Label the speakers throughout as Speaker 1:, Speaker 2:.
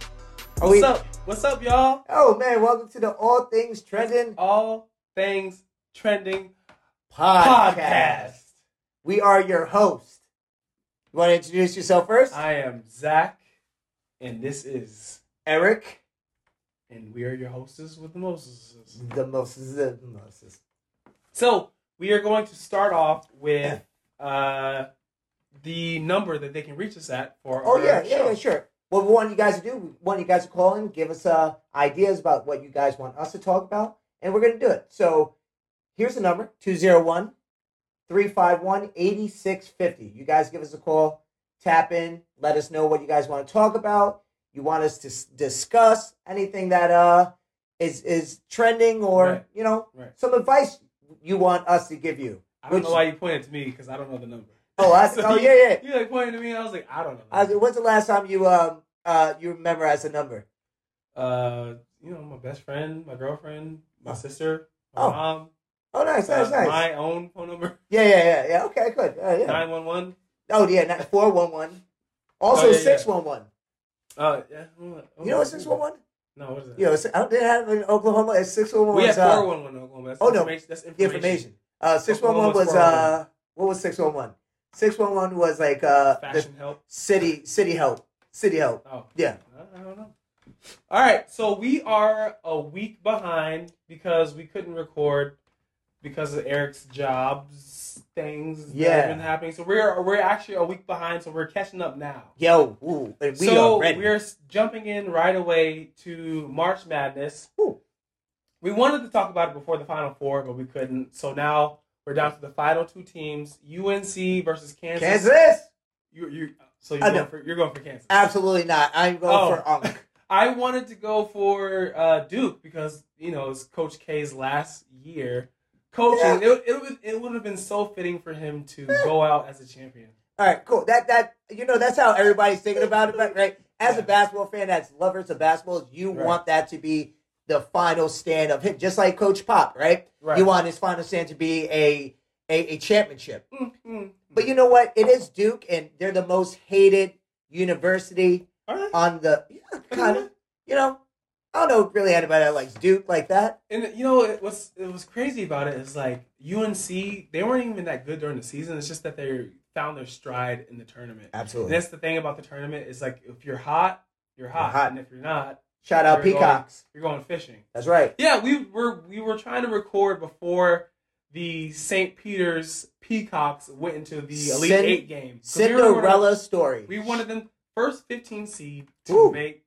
Speaker 1: we-
Speaker 2: What's up? What's up, y'all?
Speaker 1: Oh man, welcome to the All Things Trending
Speaker 2: All things trending
Speaker 1: podcast.
Speaker 2: podcast.
Speaker 1: We are your host. You want to introduce yourself first?
Speaker 2: I am Zach, and this is,
Speaker 1: Eric,
Speaker 2: and we are your hostess with the Moses.
Speaker 1: the most the most.
Speaker 2: So we are going to start off with uh, the number that they can reach us at for.
Speaker 1: Oh
Speaker 2: our
Speaker 1: yeah, yeah,
Speaker 2: show.
Speaker 1: yeah, sure. What we want you guys to do, we want you guys to call in, give us uh, ideas about what you guys want us to talk about, and we're going to do it. So here's the number 201 351 8650. You guys give us a call, tap in, let us know what you guys want to talk about. You want us to s- discuss anything that uh is is trending or,
Speaker 2: Right.
Speaker 1: you know,
Speaker 2: Right.
Speaker 1: some advice you want us to give you.
Speaker 2: I don't
Speaker 1: Which-
Speaker 2: know why you pointed to me because I don't know the number.
Speaker 1: Oh, I,
Speaker 2: So
Speaker 1: oh
Speaker 2: you-
Speaker 1: yeah, yeah.
Speaker 2: You like pointed to me, and I was like, I don't know. the
Speaker 1: I was,
Speaker 2: number.
Speaker 1: when's the last time you um uh you memorized a number?
Speaker 2: uh, you know, my best friend, my girlfriend, my
Speaker 1: Oh.
Speaker 2: sister, my
Speaker 1: Oh,
Speaker 2: mom,
Speaker 1: Oh, nice,
Speaker 2: uh,
Speaker 1: nice, nice.
Speaker 2: my own phone number,
Speaker 1: Yeah, yeah, yeah, yeah. Okay, good. Uh, yeah.
Speaker 2: nine one one.
Speaker 1: Oh, yeah, not four one one. Also
Speaker 2: Oh, yeah, yeah.
Speaker 1: six one one.
Speaker 2: Uh, yeah. oh, oh,
Speaker 1: You know what six one one?
Speaker 2: No, what is that?
Speaker 1: You know, si- I didn't have in Oklahoma. It's six one one.
Speaker 2: we
Speaker 1: was,
Speaker 2: have four
Speaker 1: uh,
Speaker 2: one one Oklahoma. That's
Speaker 1: oh, no.
Speaker 2: information. That's information.
Speaker 1: information. Uh, six one one
Speaker 2: Oklahoma's
Speaker 1: was uh, what was six one one? Six one one was like uh, the
Speaker 2: Fashion help.
Speaker 1: city city help, city help.
Speaker 2: Oh,
Speaker 1: Yeah,
Speaker 2: I I don't know. All right, so we are a week behind because we couldn't record because of Eric's jobs things that
Speaker 1: Yeah.
Speaker 2: have been happening. So we're we're actually a week behind, so we're catching up now.
Speaker 1: yo, ooh, and we
Speaker 2: so
Speaker 1: are ready.
Speaker 2: we're s- jumping in right away to March Madness.
Speaker 1: Ooh.
Speaker 2: We wanted to talk about it before the Final Four, but we couldn't. So now we're down to the final two teams: UNC versus Kansas.
Speaker 1: Kansas?
Speaker 2: You, you, so
Speaker 1: I
Speaker 2: you're
Speaker 1: know.
Speaker 2: going, for, you're going for Kansas.
Speaker 1: Absolutely not. I'm going
Speaker 2: Oh.
Speaker 1: for Unk.
Speaker 2: I wanted to go for uh, Duke because you know it's Coach K's last year coaching. It It would- it would have been so fitting for him to go out as a champion.
Speaker 1: All right, cool. That that you know that's how everybody's thinking about it, but right? As a
Speaker 2: Yeah.
Speaker 1: basketball fan, that's lovers of basketball, you
Speaker 2: Right.
Speaker 1: want that to be the final stand of him, just like Coach Pop, right?
Speaker 2: Right.
Speaker 1: You want his final stand to be a a, a championship.
Speaker 2: Mhm.
Speaker 1: But you know what? It is Duke, and they're the most hated university
Speaker 2: All right.
Speaker 1: on the yeah, kind of. You know, I don't know really anybody that likes Duke like that.
Speaker 2: And you know it, what's it was crazy about it is like UNC they weren't even that good during the season. It's just that they found their stride in the tournament. And
Speaker 1: Absolutely.
Speaker 2: that's the thing about the tournament is like if you're hot, you're hot,
Speaker 1: hot.
Speaker 2: and if you're not,
Speaker 1: Shout out
Speaker 2: You're going-
Speaker 1: Peacocks.
Speaker 2: you're going fishing.
Speaker 1: That's right.
Speaker 2: Yeah, we were we were trying to record before the St. Peter's Peacocks went into the Elite
Speaker 1: Cin-
Speaker 2: Eight game. So we were gonna-
Speaker 1: Cinderella story.
Speaker 2: We wanted them first 15 seed to
Speaker 1: Ooh.
Speaker 2: make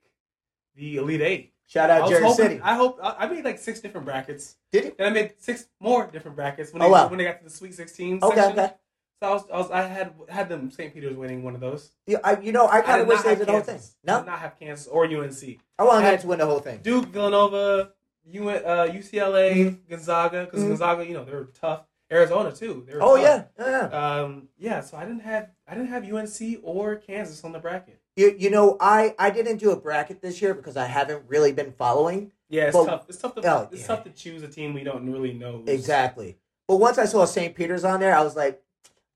Speaker 2: the Elite Eight.
Speaker 1: Shout
Speaker 2: I
Speaker 1: out
Speaker 2: was
Speaker 1: Jerry
Speaker 2: hoping-
Speaker 1: City.
Speaker 2: I hope I I made like six different brackets.
Speaker 1: Did you?
Speaker 2: Then I made six more different brackets when
Speaker 1: Oh,
Speaker 2: they
Speaker 1: wow.
Speaker 2: when they got to the Sweet Sixteen.
Speaker 1: Okay,
Speaker 2: section.
Speaker 1: okay.
Speaker 2: So I was, I was I had had them St. Peter's winning one of those.
Speaker 1: You, I, you know, I kind
Speaker 2: did
Speaker 1: of wish
Speaker 2: not
Speaker 1: they
Speaker 2: have
Speaker 1: did the whole thing.
Speaker 2: Kansas. I
Speaker 1: No,
Speaker 2: did not have Kansas or UNC.
Speaker 1: I want
Speaker 2: I-
Speaker 1: them to win the whole thing.
Speaker 2: Duke, Villanova, U, uh, UCLA, Gonzaga, because
Speaker 1: Mhm.
Speaker 2: Gonzaga, you know, they were tough. Arizona too. They were
Speaker 1: Oh
Speaker 2: tough.
Speaker 1: yeah, yeah, yeah.
Speaker 2: Um, yeah. So I didn't have I didn't have UNC or Kansas on the bracket.
Speaker 1: You, you know, I, I didn't do a bracket this year because I haven't really been following
Speaker 2: Yeah, it's
Speaker 1: Well,
Speaker 2: tough. It's tough to
Speaker 1: oh,
Speaker 2: it's
Speaker 1: yeah.
Speaker 2: tough to choose a team we don't really know. who's-
Speaker 1: exactly. But once I saw St. Peter's on there, I was like,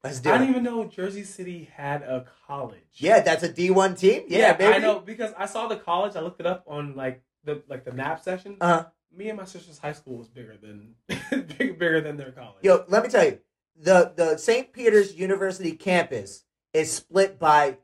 Speaker 1: let's do it.
Speaker 2: I didn't even know Jersey City had a college.
Speaker 1: Yeah, that's a D one team. Yeah, baby.
Speaker 2: I know because I saw the college. I looked it up on like the like the map section.
Speaker 1: Uh-huh.
Speaker 2: Me and my sister's high school was bigger than big, bigger than their college.
Speaker 1: Yo, let me tell you, the the St. Peter's University campus is split by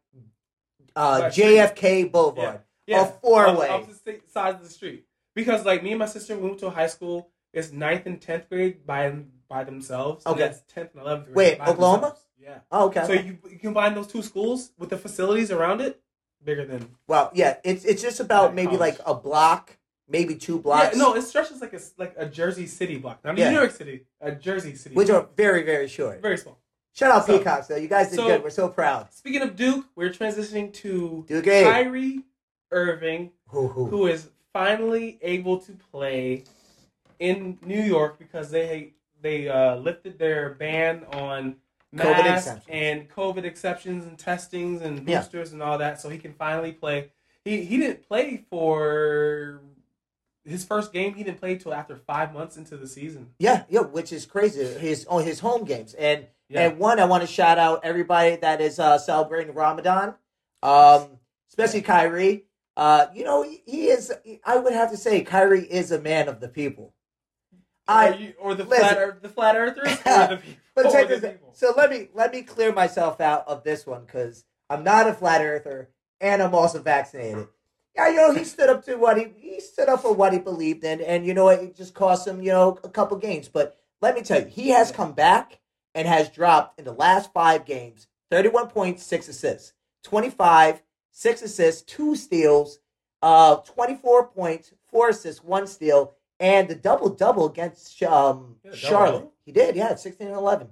Speaker 1: uh,
Speaker 2: By street.
Speaker 1: JFK Boulevard, a four way.
Speaker 2: Up, the sides of the street. Because like me and my sister we went to a high school. It's ninth and tenth grade by by themselves.
Speaker 1: Okay.
Speaker 2: And that's tenth and eleventh grade.
Speaker 1: Wait,
Speaker 2: by
Speaker 1: Oklahoma?
Speaker 2: themselves. Yeah.
Speaker 1: Oh, okay.
Speaker 2: So you, you combine those two schools with the facilities around it, bigger than
Speaker 1: well, yeah, it's it's just about
Speaker 2: Right,
Speaker 1: maybe
Speaker 2: college.
Speaker 1: like a block, maybe two
Speaker 2: yeah,
Speaker 1: blocks.
Speaker 2: no, it stretches like a s- like a Jersey City block. Not
Speaker 1: Yeah.
Speaker 2: New York City, a Jersey City,
Speaker 1: which
Speaker 2: block.
Speaker 1: are very very short.
Speaker 2: very small.
Speaker 1: Shout out
Speaker 2: So-
Speaker 1: Peacocks though, you guys did
Speaker 2: so-
Speaker 1: good. We're so proud.
Speaker 2: Speaking of Duke, we're transitioning to
Speaker 1: Duke A.
Speaker 2: Kyrie Irving,
Speaker 1: Hoo, hoo.
Speaker 2: who is finally able to play in New York because they they uh, lifted their ban on masks
Speaker 1: exceptions.
Speaker 2: and COVID exceptions and testings and
Speaker 1: Yeah.
Speaker 2: boosters and all that, so he can finally play. He he didn't play for his first game. He didn't play till after five months into the season.
Speaker 1: Yeah, yeah, which is crazy. His on his home games and
Speaker 2: Yeah.
Speaker 1: and one I want to shout out everybody that is uh, celebrating Ramadan, um, especially Kyrie. Uh, you know, he, he is. I would have to say, Kyrie is a man of the people. I
Speaker 2: or, you, or the
Speaker 1: listen.
Speaker 2: flat earth, the flat earthers, or the people.
Speaker 1: But
Speaker 2: or
Speaker 1: check
Speaker 2: the
Speaker 1: this out.
Speaker 2: people.
Speaker 1: So let me let me clear myself out of this one because I'm not a flat earther and I'm also vaccinated. Yeah, you know he stood up to what he he stood up for what he believed in, and you know what, it just cost him you know a couple games. But let me tell you, he has come back and has dropped in the last five games 31 points, six assists, 25, six assists, two steals, uh, 24 points, four assists, one steal, and the double double against um,
Speaker 2: Yeah, double-double?
Speaker 1: Charlotte. He did, yeah, 16 and 11.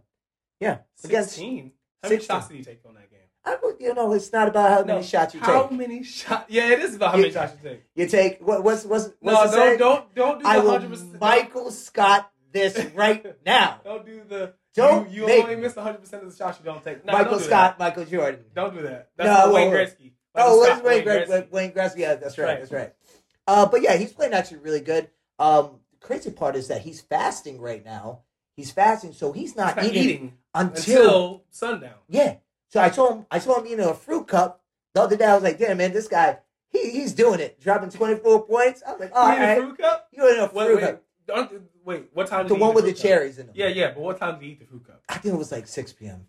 Speaker 1: against-
Speaker 2: Sixteen. How
Speaker 1: 16.
Speaker 2: many shots did he take on that game?
Speaker 1: I would, you know, it's not about how
Speaker 2: No,
Speaker 1: many shots you
Speaker 2: How
Speaker 1: take.
Speaker 2: many shots? Yeah, it is about how
Speaker 1: You-
Speaker 2: many shots you take.
Speaker 1: You take what, what's what's
Speaker 2: No,
Speaker 1: what's
Speaker 2: don't
Speaker 1: the saying?
Speaker 2: don't don't do the
Speaker 1: I
Speaker 2: hundred
Speaker 1: will
Speaker 2: percent.
Speaker 1: Michael Scott this right now.
Speaker 2: Don't do the.
Speaker 1: Don't
Speaker 2: you, you
Speaker 1: make
Speaker 2: only miss hundred percent of the shots you don't take. No,
Speaker 1: Michael
Speaker 2: don't do
Speaker 1: Scott, Michael Jordan.
Speaker 2: That. Don't do that.
Speaker 1: No,
Speaker 2: That's
Speaker 1: I
Speaker 2: Wayne
Speaker 1: won't.
Speaker 2: Gretzky.
Speaker 1: Oh,
Speaker 2: Michael
Speaker 1: Wayne,
Speaker 2: Scott,
Speaker 1: Wayne, Gretzky. Wayne, Gretzky. Yeah, that's right. That's right. Uh, but yeah, he's playing actually really good. Um, the crazy part is that he's fasting right now. He's fasting, so he's not,
Speaker 2: He's not
Speaker 1: eating,
Speaker 2: eating
Speaker 1: until,
Speaker 2: until sundown.
Speaker 1: yeah. So I told him I saw him eating a fruit cup the other day. I was like, damn man, this guy he, he's doing it, dropping twenty four points. I was like, all
Speaker 2: you eat a
Speaker 1: right,
Speaker 2: fruit cup?
Speaker 1: you're in a
Speaker 2: Wait,
Speaker 1: fruit
Speaker 2: wait,
Speaker 1: cup.
Speaker 2: Don't- wait. What time?
Speaker 1: The
Speaker 2: did you
Speaker 1: one
Speaker 2: eat
Speaker 1: with the
Speaker 2: fruit cup?
Speaker 1: cherries in it.
Speaker 2: Yeah, yeah. But what time do you eat the fruit cup?
Speaker 1: I think it was like 6 p.m.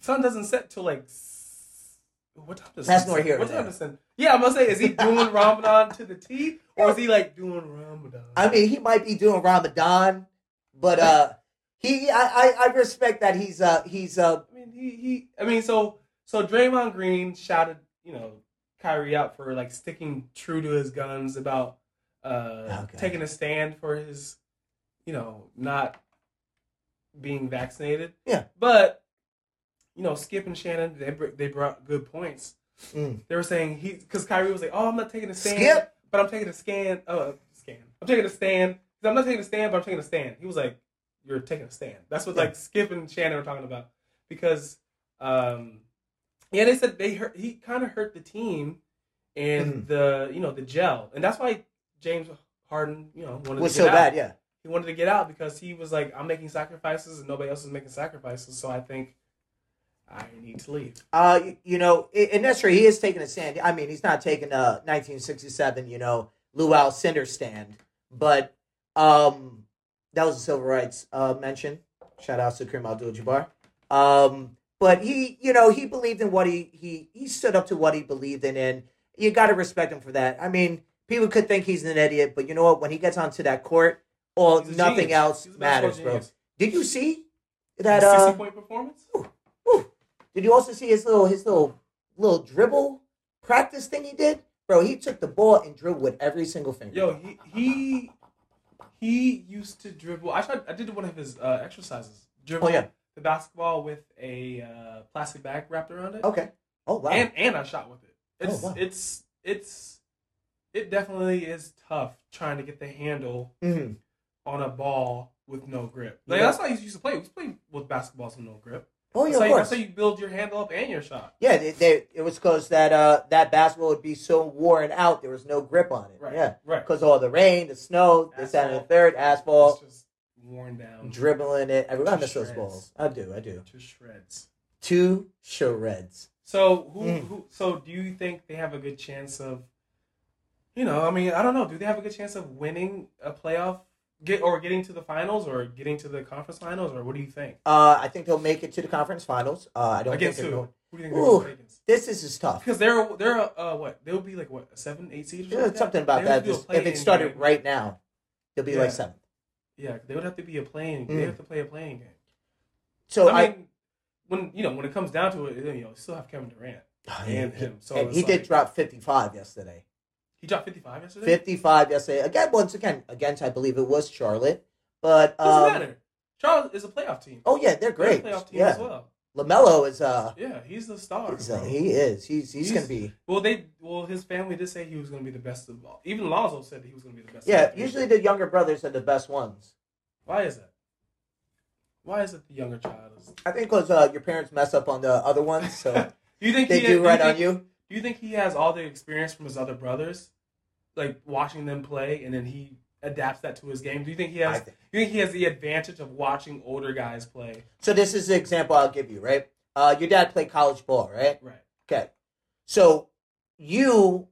Speaker 2: Sun doesn't set till like. s- What time does
Speaker 1: That's
Speaker 2: sun
Speaker 1: nor
Speaker 2: set?
Speaker 1: here
Speaker 2: What
Speaker 1: nor
Speaker 2: time
Speaker 1: there.
Speaker 2: does sun? Yeah, I'm gonna say, is he doing Ramadan to the T, or is he like doing Ramadan?
Speaker 1: I mean, he might be doing Ramadan, but uh, he I, I I respect that he's uh he's uh
Speaker 2: I mean, he, he I mean, so so Draymond Green shouted, you know, Kyrie out for like sticking true to his guns about uh,
Speaker 1: Oh, God.
Speaker 2: taking a stand for his, you know, not being vaccinated.
Speaker 1: Yeah.
Speaker 2: but you know, Skip and Shannon they br- they brought good points.
Speaker 1: Mm.
Speaker 2: They were saying he because Kyrie was like, oh, I'm not taking a stand,
Speaker 1: Skip?
Speaker 2: but I'm taking a scan. Uh, scan. I'm taking a stand. He's, I'm not taking a stand, but I'm taking a stand. He was like, you're taking a stand. That's what
Speaker 1: Yeah.
Speaker 2: like Skip and Shannon were talking about because um yeah they said they hurt he kind of hurt the team
Speaker 1: Mm-hmm.
Speaker 2: and the you know the gel and that's why James Harden you know wanted
Speaker 1: was
Speaker 2: to get
Speaker 1: so
Speaker 2: out.
Speaker 1: bad, yeah.
Speaker 2: he wanted to get out because he was like I'm making sacrifices and nobody else is making sacrifices so I think I need to leave
Speaker 1: Uh, you, you know, i- and that's true. He is taking a stand. I mean, he's not taking a 1967, you know, Luau Cinder stand, but um, that was a civil rights uh mention. Shout out to Kareem Abdul-Jabbar. Um, but he, you know, he believed in what he he he stood up to what he believed in, and you got to respect him for that. I mean, people could think he's an idiot, but you know what? When he gets onto that court, all
Speaker 2: He's a
Speaker 1: nothing
Speaker 2: genius.
Speaker 1: else
Speaker 2: He's a basketball
Speaker 1: matters, bro.
Speaker 2: genius.
Speaker 1: Did you see that?
Speaker 2: The
Speaker 1: Uh,
Speaker 2: 60 point performance
Speaker 1: did you also see his little his little little dribble practice thing he did? Bro, he took the ball and dribbled with every single finger.
Speaker 2: yo he he he used to dribble I tried I did one of his uh, exercises dribble
Speaker 1: Oh, yeah.
Speaker 2: the basketball with a uh, plastic bag wrapped around it
Speaker 1: Okay. Oh wow. Oh,
Speaker 2: and and I shot with it. It's
Speaker 1: wow.
Speaker 2: it's it's it definitely is tough trying to get the handle
Speaker 1: Mhm.
Speaker 2: on a ball with no grip.
Speaker 1: You
Speaker 2: Like
Speaker 1: know-
Speaker 2: that's how you used to play. We used to play with basketballs with no grip.
Speaker 1: Oh yeah, of
Speaker 2: That's, how you, that's
Speaker 1: course.
Speaker 2: how you build your handle up and your shot.
Speaker 1: Yeah, they, they, it was because that uh that basketball would be so worn out there was no grip on it.
Speaker 2: Right.
Speaker 1: Yeah,
Speaker 2: Right.
Speaker 1: because all the rain, the snow, this that, and the third asphalt,
Speaker 2: It's just worn down
Speaker 1: dribbling it. Everyone
Speaker 2: To
Speaker 1: miss those
Speaker 2: shreds.
Speaker 1: balls. I do, I do.
Speaker 2: to shreds.
Speaker 1: Two charades.
Speaker 2: So who,
Speaker 1: Mm.
Speaker 2: who so do you think they have a good chance of you know, I mean, I don't know, do they have a good chance of winning a playoff get or getting to the finals or getting to the conference finals or what do you think?
Speaker 1: Uh, I think they'll make it to the conference finals. Uh, I don't
Speaker 2: Against
Speaker 1: think
Speaker 2: who?
Speaker 1: they're going.
Speaker 2: Who do you think they're going
Speaker 1: Ooh.
Speaker 2: against?
Speaker 1: This is just tough.
Speaker 2: Because they're they're uh what they'll be like what a seven eight seed or something.
Speaker 1: Yeah,
Speaker 2: like
Speaker 1: something about
Speaker 2: They would
Speaker 1: that.
Speaker 2: do a
Speaker 1: Just, if
Speaker 2: play-in
Speaker 1: it started
Speaker 2: game.
Speaker 1: right now, it'll be like
Speaker 2: Yeah.
Speaker 1: seventh.
Speaker 2: yeah, they would have to be a playing.
Speaker 1: Mm.
Speaker 2: They have to play a playing game.
Speaker 1: So
Speaker 2: I
Speaker 1: I,
Speaker 2: mean, when you know when it comes down to it, you know, you still have Kevin Durant
Speaker 1: Oh, yeah.
Speaker 2: and him. So
Speaker 1: and
Speaker 2: it's
Speaker 1: he did
Speaker 2: like-
Speaker 1: drop fifty five yesterday.
Speaker 2: He dropped fifty five yesterday.
Speaker 1: Fifty five yesterday. Again, once again, against I believe it was Charlotte, but
Speaker 2: Doesn't
Speaker 1: um,
Speaker 2: matter. Charles is a playoff team.
Speaker 1: oh yeah, they're great.
Speaker 2: They're a playoff team as
Speaker 1: yeah,
Speaker 2: well.
Speaker 1: Lamelo is uh,
Speaker 2: Yeah, he's the star.
Speaker 1: he's, uh,
Speaker 2: bro.
Speaker 1: he is. He's he's, gonna be.
Speaker 2: well, they well his family did say he was going to be the best of all. Even Lonzo said that he was going to be the best. of
Speaker 1: Yeah,
Speaker 2: all three.
Speaker 1: usually the younger brothers are the best ones.
Speaker 2: Why is that? Why is it the younger child? Is...
Speaker 1: I think because uh, your parents mess up on the other ones, so
Speaker 2: do you think
Speaker 1: they
Speaker 2: he,
Speaker 1: do right on
Speaker 2: think-
Speaker 1: you.
Speaker 2: Do you think he has all the experience from his other brothers, like watching them play, and then he adapts that to his game? Do you think he
Speaker 1: I
Speaker 2: has?
Speaker 1: think.
Speaker 2: You think he has the advantage of watching older guys play?
Speaker 1: So this is the example I'll give you. Right, uh, your dad played college ball, right?
Speaker 2: Right.
Speaker 1: Okay. So you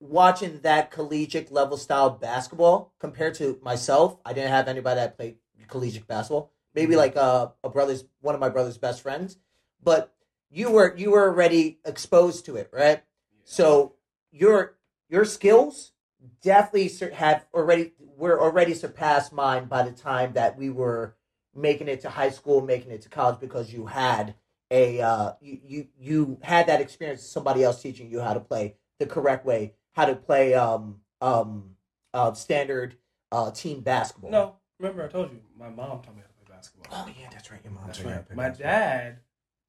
Speaker 1: watching that collegiate level style basketball compared to myself. I didn't have anybody that played collegiate basketball. Maybe like uh, a brother's one of my brother's best friends, but you were you were already exposed to it, right? So your your skills definitely sur- have already were already surpassed mine by the time that we were making it to high school, making it to college because you had a uh, you, you you had that experience of somebody else teaching you how to play the correct way, how to play um um uh, standard uh team basketball.
Speaker 2: No, remember I told you my mom taught me how to play basketball.
Speaker 1: Oh yeah, that's right. Your mom.
Speaker 2: That's
Speaker 1: did that.
Speaker 2: right. My dad,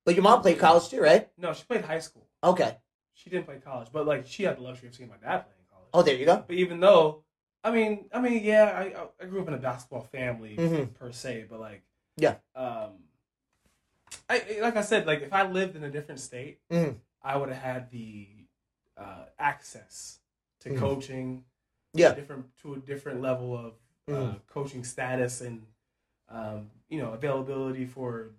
Speaker 1: But your mom played college too, right?
Speaker 2: no, she played high school.
Speaker 1: Okay.
Speaker 2: She didn't play college, but like she had the luxury of seeing my dad play in college.
Speaker 1: Oh, there you go.
Speaker 2: But even though, I mean, I mean, yeah, I I- I grew up in a basketball family
Speaker 1: Mhm.
Speaker 2: per se, but like,
Speaker 1: Yeah.
Speaker 2: um, I I- like I said, like if I lived in a different state,
Speaker 1: Mhm.
Speaker 2: I would have had the uh, access to
Speaker 1: Mhm.
Speaker 2: coaching,
Speaker 1: Yeah.
Speaker 2: different to a different level of uh,
Speaker 1: Mhm.
Speaker 2: coaching status and um, you know availability for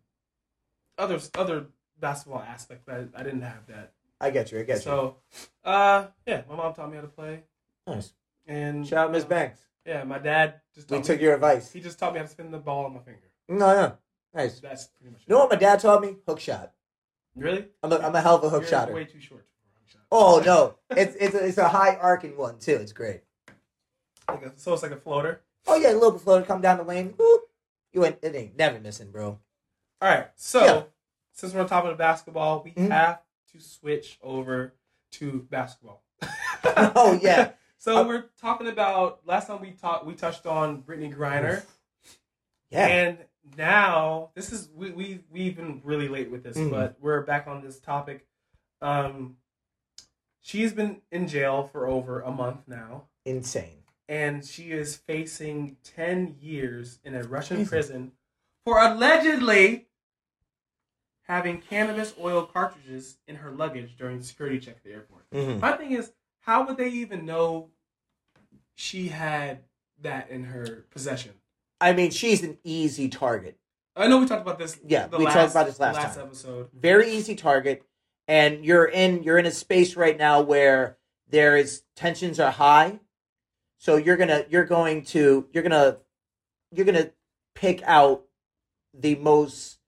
Speaker 2: other other basketball aspects that I didn't have that.
Speaker 1: I get you. I get
Speaker 2: so, uh, yeah, my mom taught me how to play.
Speaker 1: you. Nice.
Speaker 2: And
Speaker 1: Shout out Miss
Speaker 2: uh,
Speaker 1: Banks.
Speaker 2: Yeah, my dad just
Speaker 1: We
Speaker 2: taught
Speaker 1: took
Speaker 2: me,
Speaker 1: your advice.
Speaker 2: he just taught me how to spin the ball on my finger.
Speaker 1: No, no. Nice.
Speaker 2: That's pretty much.
Speaker 1: You know
Speaker 2: it.
Speaker 1: what my dad taught me? Hook shot.
Speaker 2: really?
Speaker 1: I'm a, I'm a hell of a hook
Speaker 2: You're
Speaker 1: shotter.
Speaker 2: Way too short. for a hook shot.
Speaker 1: Oh no, it's it's a, it's a high arcing one too. It's great.
Speaker 2: Like a- so it's like a floater.
Speaker 1: Oh yeah, a little bit floater, come down the lane. Whoop. You ain't it ain't never missing, bro.
Speaker 2: All right. So
Speaker 1: Yeah.
Speaker 2: since we're on top of the basketball, we
Speaker 1: Mhm.
Speaker 2: have to switch over to basketball.
Speaker 1: Oh, yeah.
Speaker 2: So
Speaker 1: Uh,
Speaker 2: we're talking about last time we talked, we touched on Brittany Griner,
Speaker 1: Yeah,
Speaker 2: and now this is we we we've been really late with this,
Speaker 1: Mhm.
Speaker 2: but we're back on this topic. Um, she's been in jail for over a month now.
Speaker 1: insane.
Speaker 2: and she is facing 10 years in a Russian
Speaker 1: Jesus.
Speaker 2: prison for allegedly having cannabis oil cartridges in her luggage during the security check at the airport.
Speaker 1: Mm-hmm.
Speaker 2: My thing is, how would they even know she had that in her possession?
Speaker 1: I mean, she's an easy target.
Speaker 2: I know we talked about this.
Speaker 1: Yeah,
Speaker 2: the
Speaker 1: we
Speaker 2: last,
Speaker 1: talked about this last time. Uh,
Speaker 2: episode.
Speaker 1: Very easy target, and you're in you're in a space right now where there is tensions are high, so you're gonna you're going to you're gonna you're gonna pick out the most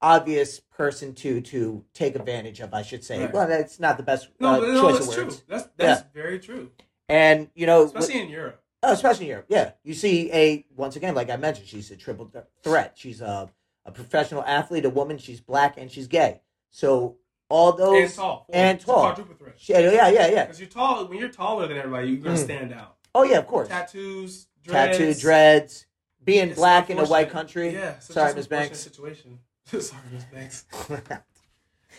Speaker 1: obvious person to to take advantage of. I should say.
Speaker 2: Right.
Speaker 1: Well, that's not the best
Speaker 2: No,
Speaker 1: uh,
Speaker 2: but
Speaker 1: choice
Speaker 2: no that's
Speaker 1: of
Speaker 2: true.
Speaker 1: words.
Speaker 2: That's that's very true,
Speaker 1: And you know,
Speaker 2: especially in Europe.
Speaker 1: Oh, especially here. Yeah. You see a once again, like I mentioned, she's a triple th- threat. She's a a professional athlete, a woman, she's black and she's gay. So all those
Speaker 2: and tall,
Speaker 1: and
Speaker 2: It's a
Speaker 1: tall.
Speaker 2: quadruple threat.
Speaker 1: She- yeah, yeah, yeah.
Speaker 2: Because you're tall, when you're taller than everybody, you're gonna
Speaker 1: Mm.
Speaker 2: stand out.
Speaker 1: Oh yeah, of course.
Speaker 2: tattoos, dreads,
Speaker 1: Tattoo dreads, being
Speaker 2: It's
Speaker 1: black in a white
Speaker 2: unfortunate.
Speaker 1: country.
Speaker 2: Yeah, so
Speaker 1: Sorry,
Speaker 2: just
Speaker 1: Miss
Speaker 2: unfortunate
Speaker 1: Banks.
Speaker 2: Situation. Sorry, Miss Banks.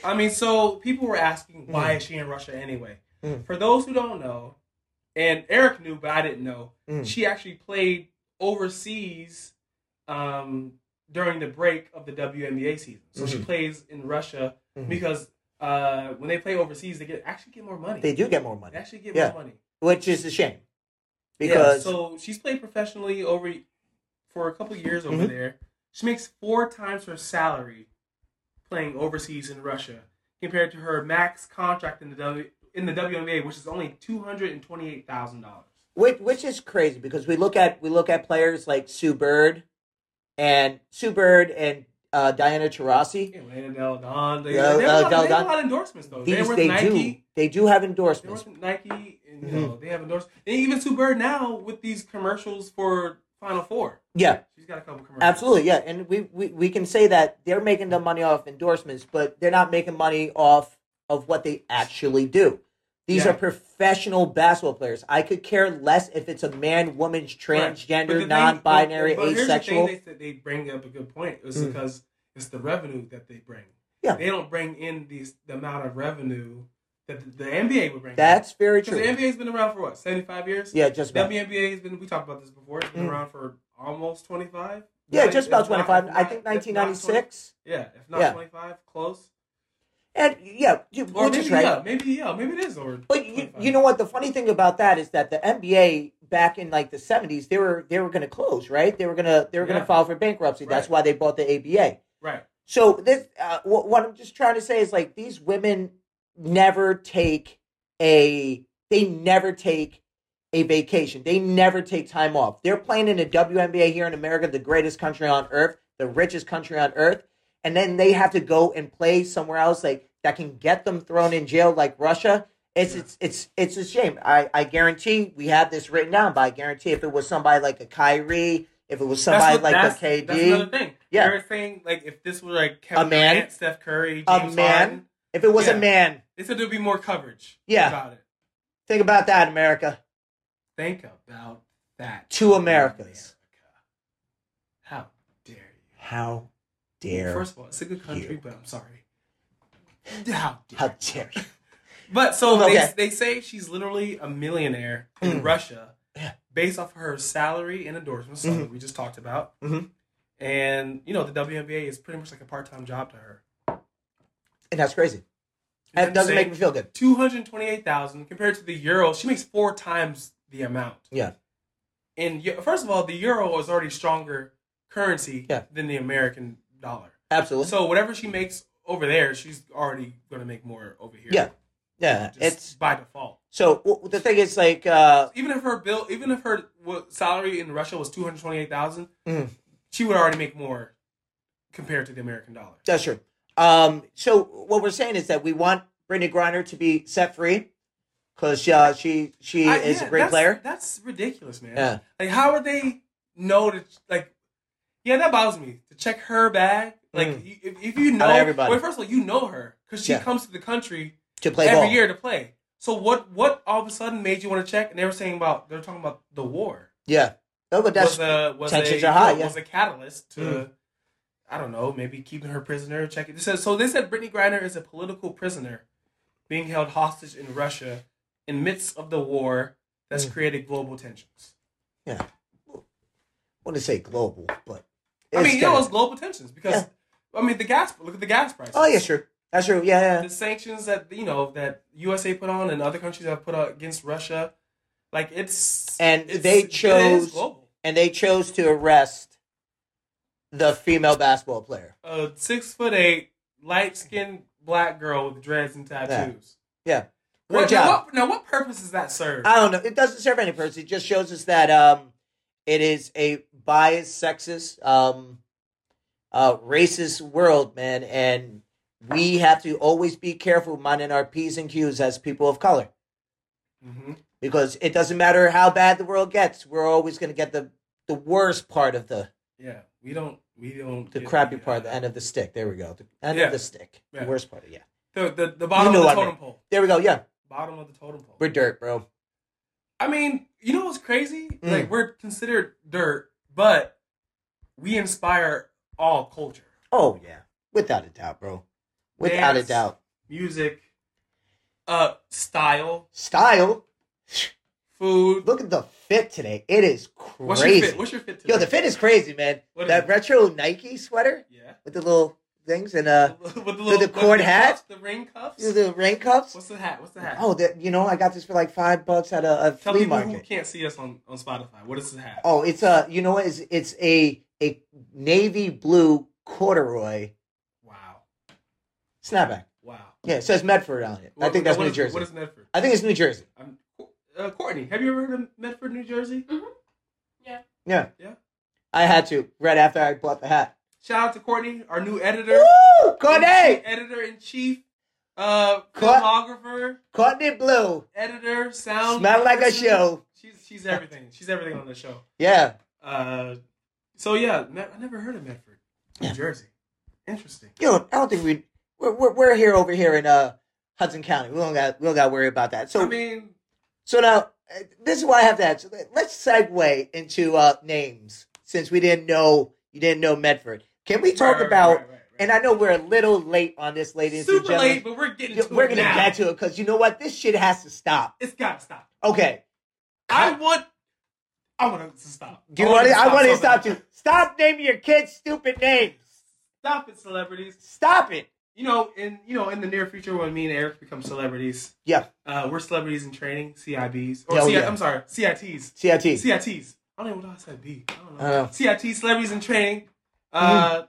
Speaker 2: I mean, so people were asking why is she in Russia anyway?
Speaker 1: Mm.
Speaker 2: For those who don't know, and Eric knew, but I didn't know.
Speaker 1: Mm.
Speaker 2: She actually played overseas um, during the break of the WNBA season. So she
Speaker 1: Mhm.
Speaker 2: plays in Russia
Speaker 1: Mhm.
Speaker 2: because uh, when they play overseas, they get actually get more money.
Speaker 1: they do get more
Speaker 2: They
Speaker 1: money,
Speaker 2: actually get
Speaker 1: Yeah.
Speaker 2: more money.
Speaker 1: which is a shame.
Speaker 2: Yeah,
Speaker 1: Because
Speaker 2: so she's played professionally over for a couple years over
Speaker 1: Mhm.
Speaker 2: there. She makes four times her salary playing overseas in Russia compared to her max contract in the W in the WNBA, which is only two hundred and twenty eight thousand dollars.
Speaker 1: which which is crazy because we look at we look at players like Sue Bird and Sue Bird and uh, Diana Taurasi.
Speaker 2: Yeah, Lana Del Don. They,
Speaker 1: Yeah,
Speaker 2: they, have a
Speaker 1: Del
Speaker 2: lot, they have
Speaker 1: Don.
Speaker 2: a lot of endorsements though.
Speaker 1: These
Speaker 2: they were
Speaker 1: they
Speaker 2: Nike.
Speaker 1: do. Mm-hmm. They do have
Speaker 2: They were
Speaker 1: endorsements.
Speaker 2: Nike, and you know they have endorsements. And even Sue Bird now with these commercials for Final Four.
Speaker 1: Yeah,
Speaker 2: She's got a couple commercials.
Speaker 1: absolutely. Yeah, and we, we we can say that they're making the money off endorsements, but they're not making money off of what they actually do. These
Speaker 2: Yeah.
Speaker 1: are professional basketball players. I could care less if it's a man, woman,
Speaker 2: Right. But the
Speaker 1: transgender,
Speaker 2: thing-
Speaker 1: non-binary,
Speaker 2: but- but here's the thing
Speaker 1: asexual.
Speaker 2: They said they bring up a good point. It's
Speaker 1: Mm.
Speaker 2: because it's the revenue that they bring.
Speaker 1: Yeah.
Speaker 2: They don't bring in these the amount of revenue that the, the NBA would bring.
Speaker 1: That's very
Speaker 2: because the
Speaker 1: true.
Speaker 2: NBA's been around for what seventy five years.
Speaker 1: Yeah, just about.
Speaker 2: WNBA has been. We talked about this before. It's been
Speaker 1: Mm.
Speaker 2: around for almost twenty five.
Speaker 1: Yeah, just about twenty-five. I think nineteen ninety-six.
Speaker 2: Yeah, if not
Speaker 1: Yeah.
Speaker 2: twenty five, close.
Speaker 1: And yeah, you-
Speaker 2: Or
Speaker 1: which
Speaker 2: maybe
Speaker 1: is right.
Speaker 2: yeah, maybe yeah, maybe it is. Or
Speaker 1: But you,
Speaker 2: 25.
Speaker 1: you know what? The funny thing about that is that the NBA back in like the seventies, they were they were going to close, right? They were gonna they were
Speaker 2: Yeah.
Speaker 1: gonna file for bankruptcy. That's
Speaker 2: Right.
Speaker 1: why they bought the ABA.
Speaker 2: right?
Speaker 1: So this, uh, what, what I'm just trying to say is like these women never take a they never take a vacation. They never take time off. They're playing in the WNBA here in America, the greatest country on earth, the richest country on earth, and then they have to go and play somewhere else like that can get them thrown in jail like Russia. It's it's it's it's a shame. I, I guarantee we have this written down, but I guarantee if it was somebody like a Kyrie, if it was somebody
Speaker 2: what-
Speaker 1: like
Speaker 2: that's,
Speaker 1: a KD,
Speaker 2: That's another thing.
Speaker 1: Yeah.
Speaker 2: They were saying like if this were like Kevin
Speaker 1: A man.
Speaker 2: Durant, Steph Curry,
Speaker 1: A
Speaker 2: James
Speaker 1: man.
Speaker 2: Harden,
Speaker 1: if it was
Speaker 2: Yeah.
Speaker 1: a man,
Speaker 2: they said there'd be more coverage.
Speaker 1: Yeah.
Speaker 2: About it.
Speaker 1: think about that, America.
Speaker 2: Think about that.
Speaker 1: Two Americas.
Speaker 2: America. How dare you?
Speaker 1: How dare
Speaker 2: First of all, it's a good country,
Speaker 1: You.
Speaker 2: but I'm sorry. How dare
Speaker 1: how dare you?
Speaker 2: But so
Speaker 1: Okay.
Speaker 2: they, they say she's literally a millionaire in
Speaker 1: Mm.
Speaker 2: Russia
Speaker 1: Yeah. Mm-hmm.
Speaker 2: based off her salary and endorsements, something we just talked about.
Speaker 1: Mhm.
Speaker 2: And, you know, the WNBA is pretty much like a part time job to her.
Speaker 1: And that's crazy.
Speaker 2: And
Speaker 1: That doesn't
Speaker 2: say
Speaker 1: make me feel good.
Speaker 2: 228000 compared to the euro, she makes four times the amount.
Speaker 1: Yeah.
Speaker 2: And eu- first of all, the euro is already stronger currency
Speaker 1: Yeah.
Speaker 2: than the American dollar.
Speaker 1: Absolutely.
Speaker 2: So whatever she makes over there, she's already going to make more over here.
Speaker 1: Yeah. yeah.
Speaker 2: Just
Speaker 1: It's
Speaker 2: by default.
Speaker 1: so w- the thing is like uh
Speaker 2: even if her bill, even if her wa- salary in Russia was two hundred twenty-eight thousand,
Speaker 1: Mhm.
Speaker 2: she would already make more compared to the American dollar.
Speaker 1: that's true. Um so what we're saying is that we want Brittany Griner to be set free cuz uh, she she
Speaker 2: I-
Speaker 1: is
Speaker 2: yeah,
Speaker 1: a great
Speaker 2: that's-
Speaker 1: player.
Speaker 2: That's ridiculous, man.
Speaker 1: Yeah.
Speaker 2: Like, how would they know to like? Yeah, that bothers me to check her bag. Like,
Speaker 1: Mhm.
Speaker 2: you- if, if you know,
Speaker 1: Out of everybody.
Speaker 2: well, first of all, you know her because she
Speaker 1: Yeah.
Speaker 2: comes to the country
Speaker 1: To play
Speaker 2: every
Speaker 1: ball.
Speaker 2: year to play. So what? What all of a sudden made you want to check? And they were saying about they were talking about the war.
Speaker 1: Yeah. No, but that's
Speaker 2: was a was
Speaker 1: tensions
Speaker 2: a
Speaker 1: are high, yeah. Mm.
Speaker 2: was a catalyst to I don't know maybe keeping her prisoner checking. This says so they said Brittany Griner is a political prisoner being held hostage in Russia in midst of the war that's
Speaker 1: Mm.
Speaker 2: created global tensions.
Speaker 1: I want to say global, but
Speaker 2: I mean,
Speaker 1: it's
Speaker 2: you know,
Speaker 1: gonna-
Speaker 2: it's global tensions because I mean the gas. Look at the gas prices.
Speaker 1: Oh, yeah, sure. That's true. Yeah, yeah.
Speaker 2: The sanctions that you know that USA put on and other countries have put on against Russia, like it's
Speaker 1: And
Speaker 2: it's-
Speaker 1: they
Speaker 2: it is
Speaker 1: chose-
Speaker 2: global.
Speaker 1: And they chose to arrest the female basketball player.
Speaker 2: a six foot eight, light skinned black girl with dreads and tattoos.
Speaker 1: Yeah.
Speaker 2: What,
Speaker 1: Good
Speaker 2: now,
Speaker 1: job. Uh,
Speaker 2: what, now, what purpose does that serve?
Speaker 1: I don't know. It doesn't serve any purpose. It just shows us that um, it is a biased, sexist, um, uh, racist world, man, and we have to always be careful minding our p's and q's as people of color
Speaker 2: hmm
Speaker 1: because it doesn't matter how bad the world gets. We're always going to get the the worst part of the
Speaker 2: Yeah, we don't. We don't.
Speaker 1: the
Speaker 2: get
Speaker 1: crappy
Speaker 2: the,
Speaker 1: part,
Speaker 2: uh,
Speaker 1: the end of the stick. There we go. The end
Speaker 2: Yeah.
Speaker 1: of the stick.
Speaker 2: Yeah.
Speaker 1: The worst part. Yeah.
Speaker 2: The the, the bottom
Speaker 1: know
Speaker 2: of the
Speaker 1: what I
Speaker 2: totem
Speaker 1: mean.
Speaker 2: pole.
Speaker 1: There we go. Yeah.
Speaker 2: Bottom of the totem pole.
Speaker 1: We're dirt, bro.
Speaker 2: I mean, you know what's crazy?
Speaker 1: Mm.
Speaker 2: Like we're considered dirt, but we inspire all culture,
Speaker 1: Oh yeah, without a doubt, bro. Without
Speaker 2: Dance.
Speaker 1: a doubt,
Speaker 2: music, uh, style,
Speaker 1: style.
Speaker 2: food.
Speaker 1: Look at the fit today. It is crazy.
Speaker 2: What's your fit? What's your fit today?
Speaker 1: Yo, the fit is crazy, man.
Speaker 2: What is
Speaker 1: that
Speaker 2: it?
Speaker 1: retro Nike sweater
Speaker 2: Yeah.
Speaker 1: with the little things and uh,
Speaker 2: with the little
Speaker 1: the cord
Speaker 2: with
Speaker 1: hat?
Speaker 2: cuffs, the ring cuffs.
Speaker 1: the rain cuffs.
Speaker 2: What's the hat? What's the hat?
Speaker 1: Oh, that you know, I got this for like five bucks at a, a
Speaker 2: Tell
Speaker 1: flea
Speaker 2: people who
Speaker 1: market.
Speaker 2: can't see us on, on Spotify. What is the hat?
Speaker 1: Oh, it's a you know what? It's, it's a a navy blue corduroy
Speaker 2: Wow.
Speaker 1: snapback.
Speaker 2: Wow.
Speaker 1: Yeah, it says Medford on it. I
Speaker 2: What-
Speaker 1: think that's
Speaker 2: what
Speaker 1: New
Speaker 2: is-
Speaker 1: Jersey.
Speaker 2: What is Medford?
Speaker 1: I think it's New Jersey.
Speaker 2: I'm, uh, Courtney, have you ever heard of Medford, New Jersey?
Speaker 1: Yeah.
Speaker 2: Yeah.
Speaker 1: I had to right after I bought the hat.
Speaker 2: Shout out to Courtney, our new editor.
Speaker 1: Woo! Courtney!
Speaker 2: Editor in chief, uh,
Speaker 1: Court-
Speaker 2: filmographer,
Speaker 1: Courtney Blue.
Speaker 2: editor, sound.
Speaker 1: Smell like a
Speaker 2: person.
Speaker 1: show.
Speaker 2: She's, she's everything. She's everything on the show.
Speaker 1: Yeah.
Speaker 2: Uh, so, yeah, Me- I never heard of Medford, New
Speaker 1: Yeah.
Speaker 2: Jersey. Interesting.
Speaker 1: you know, I don't think we we're, we're, we're here over here in uh Hudson County. We don't got we don't got to worry about that. So
Speaker 2: I mean,
Speaker 1: so now uh, this is what I have to ask. Let's segue into uh names since we didn't know you didn't know Medford. Can we talk
Speaker 2: right, right,
Speaker 1: about?
Speaker 2: right, right, right.
Speaker 1: And I know we're a little late on this, ladies and
Speaker 2: super
Speaker 1: gentlemen.
Speaker 2: late, but we're getting
Speaker 1: Yeah,
Speaker 2: to
Speaker 1: We're
Speaker 2: it
Speaker 1: gonna
Speaker 2: now.
Speaker 1: get to it because you know what? This shit has to stop.
Speaker 2: It's gotta stop.
Speaker 1: Okay,
Speaker 2: I want. I want it to stop.
Speaker 1: do you want
Speaker 2: it
Speaker 1: it? I want to stop
Speaker 2: so
Speaker 1: you. Stop naming your kids stupid names.
Speaker 2: bad. Stop it, celebrities.
Speaker 1: Stop it.
Speaker 2: You know, in you know, in the near future, when me and Eric become celebrities,
Speaker 1: Yeah,
Speaker 2: uh, we're celebrities in training, CIBs, or
Speaker 1: Oh,
Speaker 2: CI,
Speaker 1: yeah.
Speaker 2: I'm sorry, CITs,
Speaker 1: CIT.
Speaker 2: CITs. I don't even know what I said. B. I don't know.
Speaker 1: I know.
Speaker 2: CIT celebrities in training.
Speaker 1: Mm-hmm.
Speaker 2: Uh,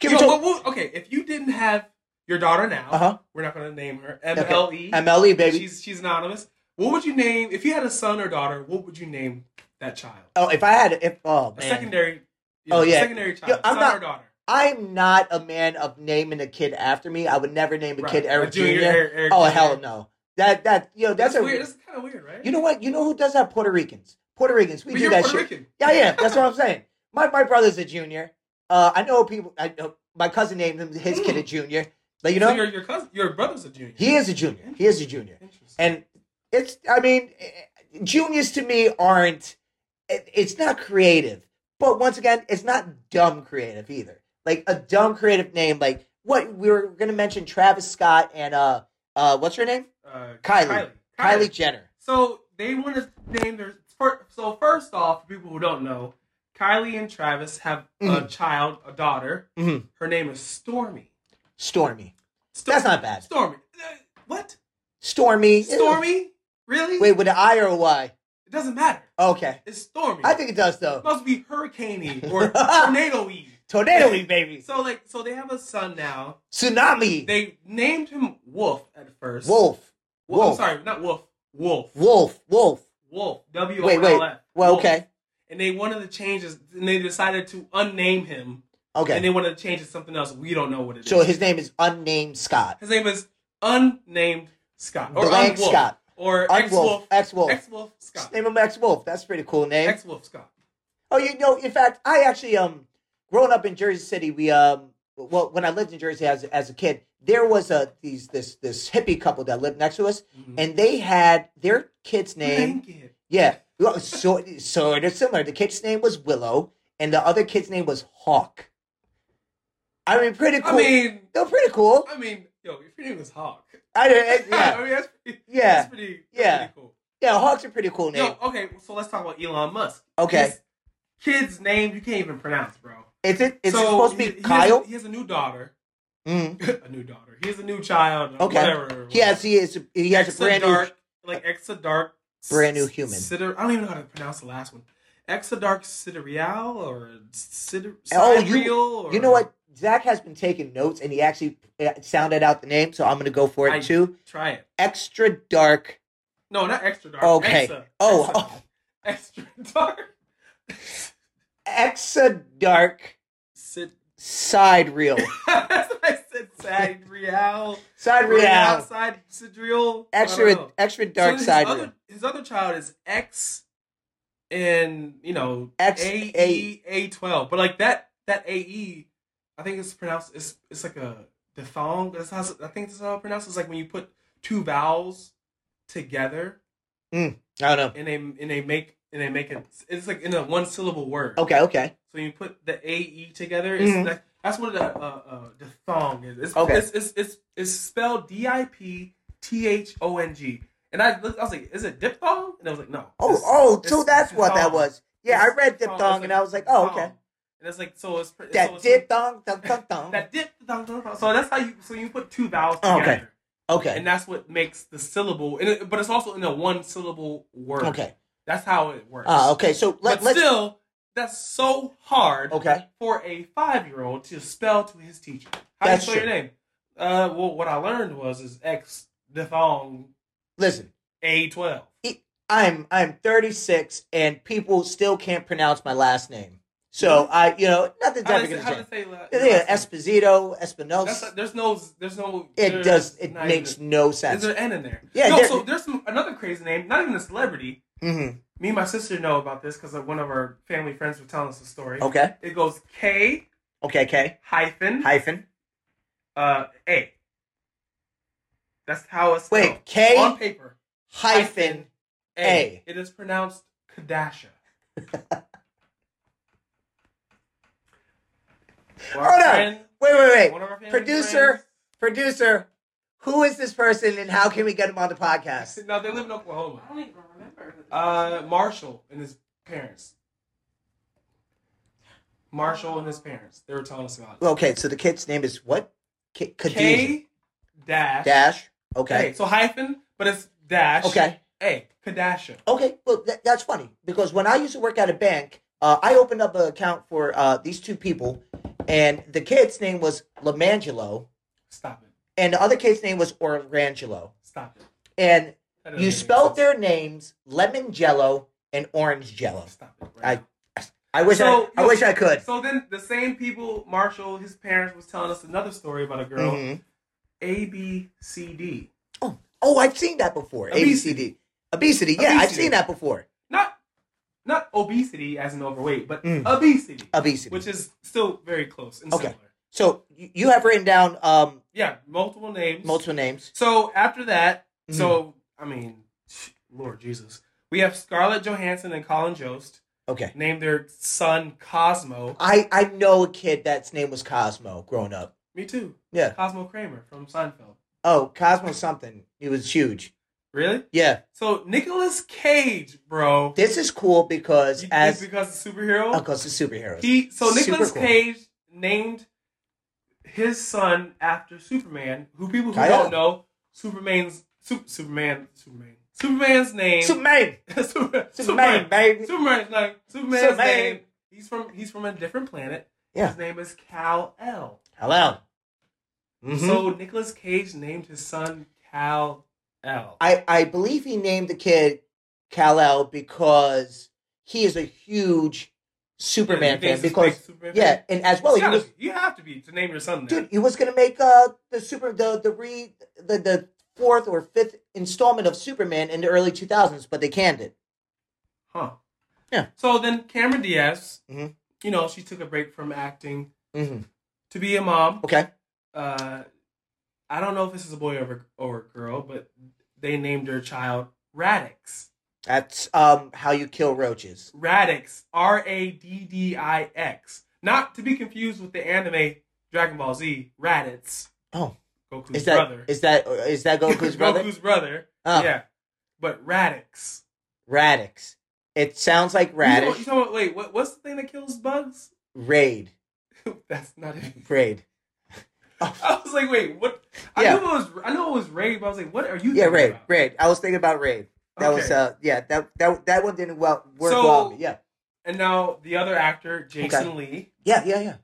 Speaker 1: Can
Speaker 2: yo,
Speaker 1: we
Speaker 2: what-
Speaker 1: talk?
Speaker 2: what- okay, if you didn't have your daughter now,
Speaker 1: Uh huh.
Speaker 2: we're not going to name her MLE.
Speaker 1: MLE E, baby.
Speaker 2: She's she's anonymous. What would you name if you had a son or daughter? What would you name that child?
Speaker 1: Oh, if I had, if oh
Speaker 2: A
Speaker 1: man,
Speaker 2: secondary. you
Speaker 1: Oh,
Speaker 2: know,
Speaker 1: yeah.
Speaker 2: secondary child,
Speaker 1: Yo, I'm
Speaker 2: son
Speaker 1: not-
Speaker 2: or daughter.
Speaker 1: I'm not a man of naming a kid after me. I would never name a
Speaker 2: Right.
Speaker 1: kid Eric
Speaker 2: A junior,
Speaker 1: Jr.
Speaker 2: Eric- Eric
Speaker 1: oh
Speaker 2: Jr..
Speaker 1: hell no. That that you know that's,
Speaker 2: That's,
Speaker 1: a
Speaker 2: weird. That's kind of weird, right?
Speaker 1: You know what? You know who does that? Puerto Ricans. Puerto Ricans. We
Speaker 2: But
Speaker 1: do
Speaker 2: you're
Speaker 1: that
Speaker 2: Puerto
Speaker 1: shit.
Speaker 2: Rican.
Speaker 1: Yeah, yeah. That's what I'm saying. My my brother's a junior. Uh, I know people. I know my cousin named him his kid a junior. But you
Speaker 2: Hmm. So
Speaker 1: know,
Speaker 2: your your cousin, your brother's a junior.
Speaker 1: he is a junior. He is a junior,
Speaker 2: Interesting.
Speaker 1: and it's. I mean, eh, juniors to me aren't. It, it's not creative, but once again, it's not dumb creative either. Like a dumb creative name, like what we were going to mention, Travis Scott and uh, uh, what's her name?
Speaker 2: uh,
Speaker 1: Kylie.
Speaker 2: Kylie.
Speaker 1: Kylie Jenner.
Speaker 2: So they want to name their. fir- So first off, for people who don't know, Kylie and Travis have a
Speaker 1: Mhm.
Speaker 2: child, a daughter.
Speaker 1: Mhm.
Speaker 2: Her name is Stormy.
Speaker 1: Stormy.
Speaker 2: Sto-
Speaker 1: That's not bad.
Speaker 2: Stormy. Uh, What?
Speaker 1: Stormy.
Speaker 2: Stormy? Really?
Speaker 1: Wait, with an I or a Y?
Speaker 2: It doesn't matter.
Speaker 1: Okay.
Speaker 2: It's Stormy.
Speaker 1: I think it does
Speaker 2: it
Speaker 1: though.
Speaker 2: must be hurricaney or tornadoey.
Speaker 1: Tornado baby.
Speaker 2: So like, so they have a son now.
Speaker 1: Tsunami.
Speaker 2: They named him Wolf at first.
Speaker 1: Wolf.
Speaker 2: Wo- I'm
Speaker 1: Wolf.
Speaker 2: sorry, not Wolf. Wolf.
Speaker 1: Wolf. Wolf.
Speaker 2: Wolf. W O
Speaker 1: Wait,
Speaker 2: L
Speaker 1: wait.
Speaker 2: F.
Speaker 1: Well,
Speaker 2: Wolf.
Speaker 1: okay.
Speaker 2: and they wanted to change his, and they decided to unname him, and
Speaker 1: Okay.
Speaker 2: they wanted to change it to something else. We don't know what it is.
Speaker 1: So his name is unnamed Scott.
Speaker 2: His name is unnamed Scott or
Speaker 1: Blank
Speaker 2: Unwolf,
Speaker 1: Scott.
Speaker 2: or Ex
Speaker 1: Wolf.
Speaker 2: Wolf,
Speaker 1: Ex Wolf.
Speaker 2: Ex Wolf Scott,
Speaker 1: Name him Ex Wolf. That's a pretty cool name.
Speaker 2: Ex Wolf Scott.
Speaker 1: Oh, you know, in fact, I actually um, growing up in Jersey City, we um, well, when I lived in Jersey as as a kid, there was a these this this hippie couple that lived next to us,
Speaker 2: Mhm.
Speaker 1: and they had their kid's name
Speaker 2: Blank it.
Speaker 1: Yeah, well, so so they're similar. The kid's name was Willow, and the other kid's name was Hawk. I mean, pretty cool.
Speaker 2: I mean,
Speaker 1: they're pretty cool.
Speaker 2: I mean, yo, if your name is Hawk,
Speaker 1: I don't-
Speaker 2: I
Speaker 1: yeah,
Speaker 2: mean, that's pretty,
Speaker 1: yeah,
Speaker 2: that's pretty, that's
Speaker 1: Yeah.
Speaker 2: pretty cool.
Speaker 1: yeah. Hawk's a pretty cool name.
Speaker 2: Yo, okay, so let's talk about Elon Musk.
Speaker 1: Okay,
Speaker 2: His kid's name you can't even pronounce, bro.
Speaker 1: is it is
Speaker 2: so
Speaker 1: it supposed to be
Speaker 2: he- he has a-
Speaker 1: Kyle?
Speaker 2: he has a new daughter,
Speaker 1: Mm.
Speaker 2: a new daughter. He has a new child. or
Speaker 1: Okay.
Speaker 2: whatever.
Speaker 1: He has he is he has a brand new.
Speaker 2: dark, like Exa dark,
Speaker 1: Brand new human.
Speaker 2: Sider, I don't even know how to pronounce the last one. Exa dark sidereal or sider.
Speaker 1: Oh, you-
Speaker 2: sidereal or,
Speaker 1: You know what? Zach has been taking notes, and he actually uh, sounded out the name, so I'm gonna go for it
Speaker 2: I-
Speaker 1: too.
Speaker 2: Try it.
Speaker 1: Extra dark.
Speaker 2: No, not extra dark.
Speaker 1: Okay.
Speaker 2: Exa,
Speaker 1: Oh,
Speaker 2: Exa,
Speaker 1: oh,
Speaker 2: extra dark.
Speaker 1: extra dark
Speaker 2: Sid.
Speaker 1: side reel.
Speaker 2: That's what I said. Sidereal.
Speaker 1: Side
Speaker 2: Sidereal.
Speaker 1: reel.
Speaker 2: Side sidereal. I don't
Speaker 1: Extra
Speaker 2: know.
Speaker 1: extra
Speaker 2: So
Speaker 1: dark
Speaker 2: his
Speaker 1: side
Speaker 2: other-
Speaker 1: reel.
Speaker 2: His other child is X, and you know
Speaker 1: X-
Speaker 2: A
Speaker 1: A-
Speaker 2: E A twelve. But like that that A E, I think it's pronounced. It's it's like a diphthong. That's how I think that's how it's pronounced. It's like when you put two vowels together
Speaker 1: I don't know.
Speaker 2: and they and they make and they make it. It's like in a one syllable word.
Speaker 1: Okay, okay.
Speaker 2: So you put the A E together. It's
Speaker 1: Mhm.
Speaker 2: like, that's what the uh, uh, diphthong is. It's,
Speaker 1: Okay.
Speaker 2: It's, it's it's it's spelled D I P T H O N G. And I looked, I was like, is it diphthong? And I was like, no.
Speaker 1: Oh,
Speaker 2: It's-
Speaker 1: oh,
Speaker 2: it's
Speaker 1: so that's what that
Speaker 2: diphthong.
Speaker 1: was. Yeah, I
Speaker 2: It's
Speaker 1: read
Speaker 2: diphthong.
Speaker 1: diphthong
Speaker 2: It's
Speaker 1: and I was like, oh,
Speaker 2: diphthong.
Speaker 1: okay.
Speaker 2: And it's like so it's pr- so
Speaker 1: That
Speaker 2: it's-
Speaker 1: diphthong, thong, thong, thong.
Speaker 2: that diphthong. diphthong. So that's how you so you put two vowels
Speaker 1: Oh,
Speaker 2: together.
Speaker 1: okay. Okay,
Speaker 2: And that's what makes the syllable, and it, but it's also in a one syllable word.
Speaker 1: okay.
Speaker 2: That's how it works.
Speaker 1: Uh, okay, so let,
Speaker 2: but
Speaker 1: let's.
Speaker 2: still, that's so hard
Speaker 1: Okay.
Speaker 2: for a five year old to spell to his teacher. How
Speaker 1: That's
Speaker 2: do you spell
Speaker 1: true.
Speaker 2: your name? Uh, well, what I learned was is X diphthong
Speaker 1: Listen,
Speaker 2: A twelve.
Speaker 1: I'm I'm 36 and people still can't pronounce my last name. So I, you know, nothing's
Speaker 2: How
Speaker 1: ever
Speaker 2: does
Speaker 1: going to
Speaker 2: it how does
Speaker 1: change.
Speaker 2: it say la-
Speaker 1: Yeah,
Speaker 2: last name?
Speaker 1: Esposito,
Speaker 2: That's
Speaker 1: Espinosa.
Speaker 2: not- there's no there's no
Speaker 1: It
Speaker 2: there's
Speaker 1: does. It
Speaker 2: not even
Speaker 1: makes
Speaker 2: a-
Speaker 1: no
Speaker 2: Is
Speaker 1: sense.
Speaker 2: there an N in there?
Speaker 1: Yeah,
Speaker 2: No,
Speaker 1: there-
Speaker 2: so there's some, another crazy name, not even a celebrity.
Speaker 1: Mhm.
Speaker 2: Me and my sister know about this because one of our family friends was telling us the story.
Speaker 1: Okay.
Speaker 2: It goes K
Speaker 1: Okay. Okay.
Speaker 2: hyphen
Speaker 1: Hyphen.
Speaker 2: uh, A. That's how it's spelled.
Speaker 1: Wait. K
Speaker 2: on paper.
Speaker 1: hyphen. A.
Speaker 2: It is pronounced Kadasha.
Speaker 1: Hold on. Wait. Wait. Wait.
Speaker 2: one of our family
Speaker 1: Producer. Producer. Who is this person and how can we get him on the podcast?
Speaker 2: friends- No, they live in Oklahoma.
Speaker 3: I don't even remember. who this
Speaker 2: Uh,
Speaker 3: was.
Speaker 2: Marshall and his parents. Marshall and his parents. They were telling us about it.
Speaker 1: Okay, so the kid's name is what? K- Khadijah.
Speaker 2: K dash
Speaker 1: Dash.
Speaker 2: A.
Speaker 1: Okay.
Speaker 2: So hyphen, but it's dash.
Speaker 1: Okay.
Speaker 2: A. Kadasha.
Speaker 1: Okay. Well, that, that's funny because when I used to work at a bank, uh, I opened up an account for uh, these two people, and the kid's name was Lamangelo,
Speaker 2: Stop it.
Speaker 1: and the other kid's name was Orangelo.
Speaker 2: Stop it.
Speaker 1: And
Speaker 2: That doesn't
Speaker 1: You
Speaker 2: make
Speaker 1: spelled
Speaker 2: sense.
Speaker 1: their names lemon jello and orange jello.
Speaker 2: Stop it. Right?
Speaker 1: I wish
Speaker 2: So,
Speaker 1: I, I
Speaker 2: you-
Speaker 1: wish I could.
Speaker 2: So then the same people, Marshall, his parents was telling us another story about a girl,
Speaker 1: Mhm.
Speaker 2: A B C D.
Speaker 1: Oh, I've seen that before.
Speaker 2: Obesity.
Speaker 1: ABCD. Obesity. Yeah, I've
Speaker 2: Obesity.
Speaker 1: seen that before.
Speaker 2: Not not obesity as in overweight, but
Speaker 1: Mm.
Speaker 2: obesity,
Speaker 1: Obesity.
Speaker 2: which is still very close and
Speaker 1: Okay.
Speaker 2: similar.
Speaker 1: so you you have written down um,
Speaker 2: Yeah, multiple names.
Speaker 1: multiple names.
Speaker 2: So after that, so
Speaker 1: Mm-hmm.
Speaker 2: I mean, Lord Jesus, we have Scarlett Johansson and Colin Jost
Speaker 1: Okay.
Speaker 2: named their son Cosmo.
Speaker 1: I, I know a kid that's name was Cosmo growing up.
Speaker 2: Me too.
Speaker 1: Yeah.
Speaker 2: Cosmo Kramer from Seinfeld.
Speaker 1: Oh, Cosmo something. He was huge.
Speaker 2: Really?
Speaker 1: Yeah.
Speaker 2: So Nicolas Cage, bro.
Speaker 1: This is cool because
Speaker 2: You think
Speaker 1: as
Speaker 2: because the superhero.
Speaker 1: because the superheroes.
Speaker 2: He so
Speaker 1: Super
Speaker 2: Nicolas
Speaker 1: cool.
Speaker 2: Cage named his son after Superman. Who people who
Speaker 1: I
Speaker 2: don't
Speaker 1: know.
Speaker 2: know Superman's Su- Superman Superman Superman's name
Speaker 1: Superman.
Speaker 2: Super-
Speaker 1: Superman, baby.
Speaker 2: Superman's name Superman's
Speaker 1: Superman.
Speaker 2: name he's from he's from a different planet.
Speaker 1: Yeah.
Speaker 2: His name is Cal L.
Speaker 1: Hello. Mhm.
Speaker 2: So Nicolas Cage named his son Cal L.
Speaker 1: I, I believe he named the kid Kal El because he is a huge Superman fan. Because yeah, and as well,
Speaker 2: you,
Speaker 1: he was
Speaker 2: gotta- you have to be to name your son that.
Speaker 1: dude, he was gonna make uh the super the the re the the fourth or fifth installment of Superman in the early two thousands, but they canned it.
Speaker 2: Huh.
Speaker 1: Yeah.
Speaker 2: So then Cameron Diaz,
Speaker 1: Mhm.
Speaker 2: you know, she took a break from acting
Speaker 1: Mm-hmm.
Speaker 2: to be a mom.
Speaker 1: Okay,
Speaker 2: Uh, I don't know if this is a boy or a, or a girl, but they named their child Radix.
Speaker 1: that's um how you kill roaches.
Speaker 2: Radix. R A D D I X. Not to be confused with the anime Dragon Ball Z, Raditz.
Speaker 1: Oh.
Speaker 2: Goku's
Speaker 1: Is that
Speaker 2: brother.
Speaker 1: is that is that Goku's brother?
Speaker 2: Goku's brother.
Speaker 1: Oh,
Speaker 2: Yeah. But Radix.
Speaker 1: Radix. It sounds like
Speaker 2: You know-
Speaker 1: radish.
Speaker 2: You know, wait, what, what's the thing that kills bugs?
Speaker 1: Raid.
Speaker 2: That's not it.
Speaker 1: Raid.
Speaker 2: I was like, wait, what? I
Speaker 1: Yeah.
Speaker 2: knew it was. I know it was Ray, but I was like, what are you?
Speaker 1: Yeah,
Speaker 2: thinking
Speaker 1: Raid.
Speaker 2: about?
Speaker 1: Raid. I was thinking about Raid. That was
Speaker 2: Okay.
Speaker 1: uh yeah, that that that one didn't well work
Speaker 2: So-
Speaker 1: well. on me. Yeah.
Speaker 2: and now the other actor, Jason
Speaker 1: Yeah, yeah, yeah.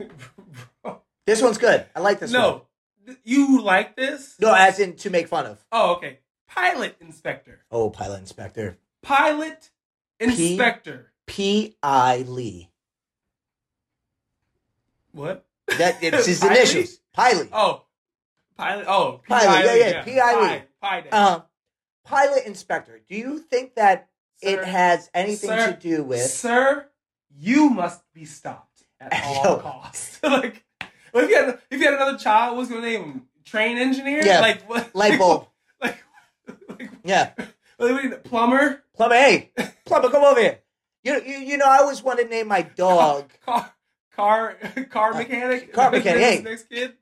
Speaker 2: Lee. Bro,
Speaker 1: This one's good. I like this one.
Speaker 2: no, Th- you like this?
Speaker 1: No, as in to make fun of.
Speaker 2: Oh, okay. Pilot inspector.
Speaker 1: Oh, Pilot Inspector.
Speaker 2: Pilot inspector.
Speaker 1: P. I. Lee.
Speaker 2: What?
Speaker 1: That it's his
Speaker 2: Piley?
Speaker 1: initials. Pilot.
Speaker 2: Oh, pilot. Oh,
Speaker 1: Piley, yeah,
Speaker 2: P.I.L.E.,
Speaker 1: yeah, P.I.L.E..
Speaker 2: Pi- Pi Day.
Speaker 1: Um, Pilot Inspector. Do you think that
Speaker 2: Sir-
Speaker 1: it has anything
Speaker 2: sir,
Speaker 1: to do with?
Speaker 2: Sir, you must be stopped at all
Speaker 1: Yo.
Speaker 2: costs. like, well, if you had if you had another child, what's your name? Train engineer?
Speaker 1: Yeah.
Speaker 2: Like what?
Speaker 1: Light bulb.
Speaker 2: Like, like,
Speaker 1: Yeah.
Speaker 2: what do we need? Plumber?
Speaker 1: Plumber, hey, Plumber, come over here. You, you, you know, I always wanted to name my dog.
Speaker 2: Car car car mechanic?
Speaker 1: Uh, car mechanic, hey.
Speaker 2: Next- Next kid.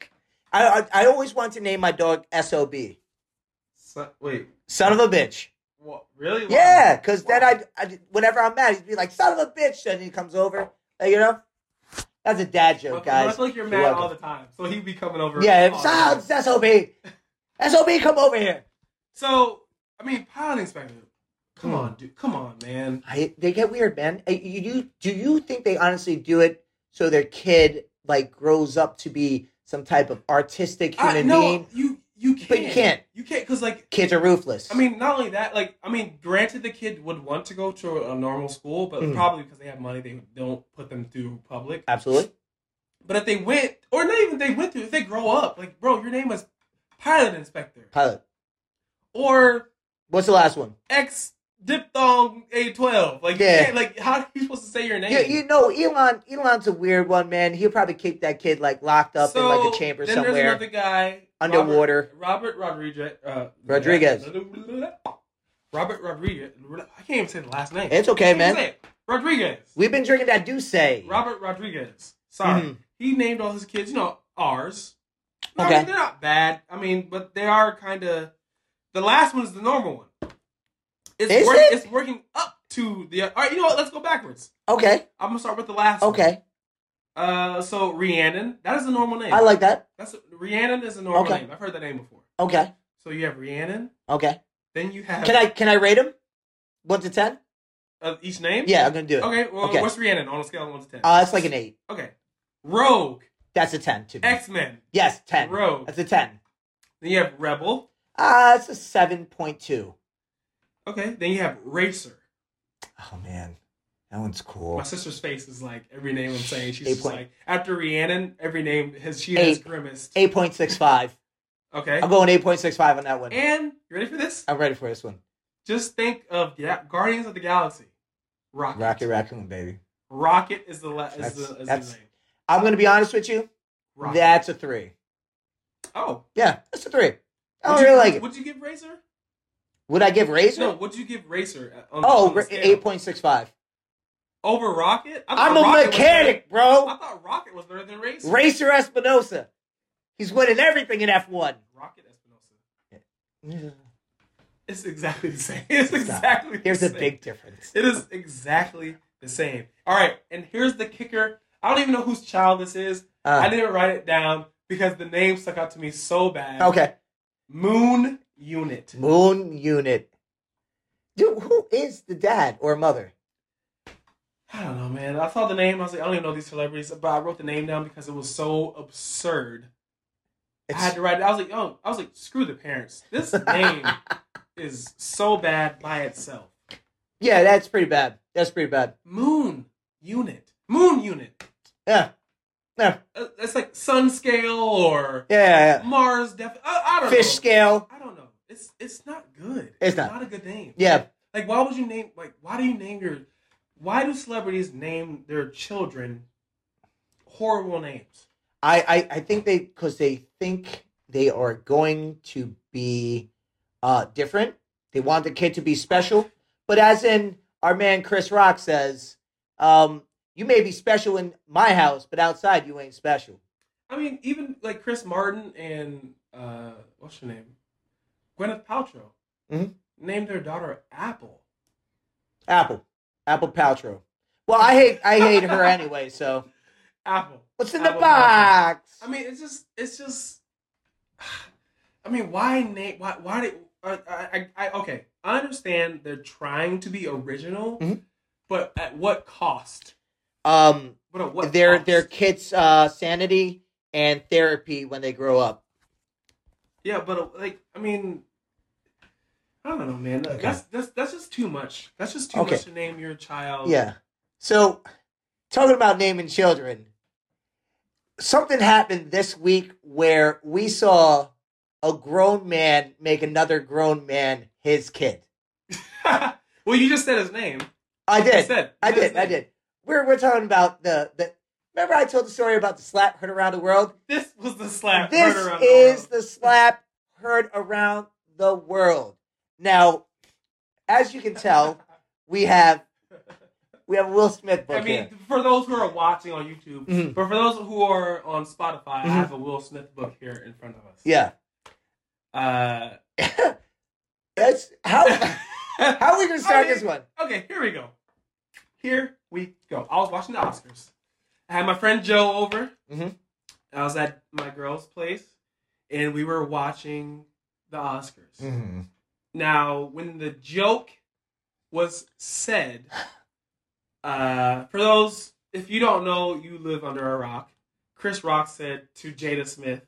Speaker 1: I, I, I always wanted to name my dog SOB.
Speaker 2: So, wait.
Speaker 1: Son of a bitch.
Speaker 2: What? Really? Why?
Speaker 1: Yeah, because then
Speaker 2: Why?
Speaker 1: I, I, whenever I'm mad, he'd be like, son of a bitch. And he comes over. Like, you know? That's a dad joke,
Speaker 2: Okay, well,
Speaker 1: guys.
Speaker 2: It's like you're
Speaker 1: You're
Speaker 2: mad
Speaker 1: welcome.
Speaker 2: all the time, so he'd be coming over.
Speaker 1: Yeah,
Speaker 2: all
Speaker 1: it's,
Speaker 2: the
Speaker 1: ah,
Speaker 2: time.
Speaker 1: it's SOB. SOB, come over here.
Speaker 2: So I mean, pilot inspector. Come
Speaker 1: Hmm.
Speaker 2: on, dude. Come on, man.
Speaker 1: I, they get weird, man. Uh, You, you do you think they honestly do it so their kid like grows up to be some type of artistic human
Speaker 2: I, no,
Speaker 1: being?
Speaker 2: you you can't.
Speaker 1: But you can't.
Speaker 2: You can't because like
Speaker 1: Kids are ruthless.
Speaker 2: I mean, not only that, like, I mean, granted, the kid would want to go to a normal school, but
Speaker 1: Mhm.
Speaker 2: probably because they have money, they don't put them through public.
Speaker 1: absolutely.
Speaker 2: But if they went, or not even they went through, if they grow up, like, bro, your name was pilot inspector
Speaker 1: Pilot.
Speaker 2: or
Speaker 1: What's the last one?
Speaker 2: ex diphthong A twelve. Like, you
Speaker 1: Yeah.
Speaker 2: can't- like, how are you supposed to say your name?
Speaker 1: You, you know, Elon. Elon's a weird one, man. He'll probably keep that kid like locked up in like a chamber
Speaker 2: then There's
Speaker 1: somewhere.
Speaker 2: another guy
Speaker 1: Underwater.
Speaker 2: Robert, Robert Rodriguez. Uh,
Speaker 1: Rodriguez.
Speaker 2: Robert Rodriguez. I can't even say the last name.
Speaker 1: It's okay,
Speaker 2: I can't even
Speaker 1: man.
Speaker 2: say it. Rodriguez.
Speaker 1: We've been drinking that Douce.
Speaker 2: Robert Rodriguez. Sorry.
Speaker 1: Mhm.
Speaker 2: He named all his kids, you know, ours. No, I
Speaker 1: Okay.
Speaker 2: mean, they're not bad. I mean, but they are kind of. The last one is the normal one. It's
Speaker 1: Is
Speaker 2: working.
Speaker 1: it?
Speaker 2: It's working up to the. All right, you know what? Let's go backwards.
Speaker 1: Okay.
Speaker 2: I'm gonna start with the last. one.
Speaker 1: Okay.
Speaker 2: Uh, so Rhiannon, that is the normal name.
Speaker 1: I like that.
Speaker 2: That's Rhiannon is a normal
Speaker 1: Okay.
Speaker 2: name. I've heard that name before.
Speaker 1: Okay.
Speaker 2: So you have Rhiannon.
Speaker 1: Okay.
Speaker 2: Then you have
Speaker 1: Can I can I rate him? One to ten?
Speaker 2: uh, each name.
Speaker 1: Yeah, I'm gonna do it.
Speaker 2: Okay. Well,
Speaker 1: Okay.
Speaker 2: what's Rhiannon on a scale of one to ten?
Speaker 1: Uh, it's like an eight.
Speaker 2: okay. Rogue,
Speaker 1: That's a ten to me.
Speaker 2: X Men,
Speaker 1: yes, ten.
Speaker 2: Rogue.
Speaker 1: That's a ten.
Speaker 2: Then you have Rebel.
Speaker 1: Uh, it's a 7.2.
Speaker 2: Okay, then you have Racer.
Speaker 1: Oh, man. That one's cool.
Speaker 2: My sister's face is like every name I'm saying. She's just
Speaker 1: Eight-point-
Speaker 2: like after Rhiannon, every name has she has
Speaker 1: Eight.
Speaker 2: grimaced.
Speaker 1: 8.65.
Speaker 2: Okay,
Speaker 1: I'm going 8.65 on that one.
Speaker 2: and you ready for this?
Speaker 1: I'm ready for this one.
Speaker 2: Just think of Ga- Guardians of the Galaxy. Rocket.
Speaker 1: Rocket Raccoon, baby.
Speaker 2: Rocket is the la- is
Speaker 1: That's-
Speaker 2: the is
Speaker 1: that's-
Speaker 2: the name.
Speaker 1: I'm going to be honest with you.
Speaker 2: Rocket.
Speaker 1: That's a three.
Speaker 2: oh,
Speaker 1: Yeah, that's a three. I
Speaker 2: Would
Speaker 1: don't
Speaker 2: you-
Speaker 1: Oh, really like it.
Speaker 2: Would you give Racer?
Speaker 1: Would I give Razor?
Speaker 2: No, would you give Racer? uh, On,
Speaker 1: oh,
Speaker 2: on the
Speaker 1: ra-
Speaker 2: scale?
Speaker 1: 8.65.
Speaker 2: over Rocket. I thought
Speaker 1: I'm a
Speaker 2: Rocket was better-
Speaker 1: mechanic, bro.
Speaker 2: I thought Rocket was better than Racer.
Speaker 1: Racer Espinosa. He's winning everything in F1.
Speaker 2: Rocket Espinosa. It's exactly the same. It's
Speaker 1: Stop.
Speaker 2: exactly.
Speaker 1: There's
Speaker 2: the
Speaker 1: a
Speaker 2: same.
Speaker 1: big difference.
Speaker 2: It is exactly the same. All right, and here's the kicker. I don't even know whose child this is. I
Speaker 1: Uh,
Speaker 2: didn't write it down because the name stuck out to me so bad.
Speaker 1: okay.
Speaker 2: Moon Unit.
Speaker 1: Moon Unit. Dude, who is the dad or mother?
Speaker 2: I don't know, man. I saw the name. I was like, I don't even know these celebrities, but I wrote the name down because it was so absurd. I had
Speaker 1: It's,
Speaker 2: to write it. I was like, oh, I was like, screw the parents. This name is so bad by itself.
Speaker 1: yeah, that's pretty bad. That's pretty bad.
Speaker 2: Moon Unit. Moon Unit.
Speaker 1: Yeah. Yeah.
Speaker 2: Uh, It's like sun scale or
Speaker 1: Yeah.
Speaker 2: Mars. Def- I, I
Speaker 1: yeah.
Speaker 2: don't
Speaker 1: Fish
Speaker 2: know.
Speaker 1: scale.
Speaker 2: I don't know. It's it's not good.
Speaker 1: It's not.
Speaker 2: a good name.
Speaker 1: Yeah.
Speaker 2: Like why would you name like why do you name your why do celebrities name their children horrible names?
Speaker 1: I, I, I think they, because they think they are going to be uh, different. They want the kid to be special. But as in our man Chris Rock says, um, you may be special in my house, but outside you ain't special.
Speaker 2: I mean, even like Chris Martin and uh what's her name? Gwyneth Paltrow
Speaker 1: Mhm.
Speaker 2: named their daughter Apple.
Speaker 1: Apple. Apple Paltrow. Well, I hate I hate her anyway, so
Speaker 2: Apple.
Speaker 1: what's in the
Speaker 2: Apple
Speaker 1: box?
Speaker 2: I mean, it's just it's just I mean, why name why why did I, I, I okay, I understand they're trying to be original,
Speaker 1: Mhm.
Speaker 2: but at what cost?
Speaker 1: Um
Speaker 2: But at what
Speaker 1: their
Speaker 2: cost?
Speaker 1: their kids uh sanity and therapy when they grow up.
Speaker 2: Yeah, but uh, like I mean, I don't know, man. That-
Speaker 1: Okay.
Speaker 2: That's that's that's just too much. That's just too
Speaker 1: Okay.
Speaker 2: much to name your child.
Speaker 1: Yeah. So, talking about naming children, something happened this week where we saw a grown man make another grown man his kid.
Speaker 2: well, you just said his name.
Speaker 1: I
Speaker 2: You
Speaker 1: did.
Speaker 2: said.
Speaker 1: I
Speaker 2: you said
Speaker 1: did.
Speaker 2: his
Speaker 1: I
Speaker 2: name.
Speaker 1: did. We're we're talking about the the. Remember, I told the story about the slap heard around the world.
Speaker 2: This was the slap.
Speaker 1: this
Speaker 2: heard around the
Speaker 1: is
Speaker 2: world.
Speaker 1: the slap heard around the world. Now, as you can tell, we have we have a Will Smith book
Speaker 2: I mean,
Speaker 1: here.
Speaker 2: for those who are watching on YouTube,
Speaker 1: Mhm.
Speaker 2: but for those who are on Spotify, I
Speaker 1: Mhm.
Speaker 2: have a Will Smith book here in front of us.
Speaker 1: Yeah,
Speaker 2: Uh,
Speaker 1: that's how how are we gonna start
Speaker 2: I mean-
Speaker 1: this one?
Speaker 2: Okay, here we go. Here we go. I was watching the Oscars. I had my friend Joe over.
Speaker 1: Mhm.
Speaker 2: I was at my girl's place, and we were watching the Oscars.
Speaker 1: Mm.
Speaker 2: Now, when the joke was said, uh, for those if you don't know, you live under a rock. Chris Rock said to Jada Smith,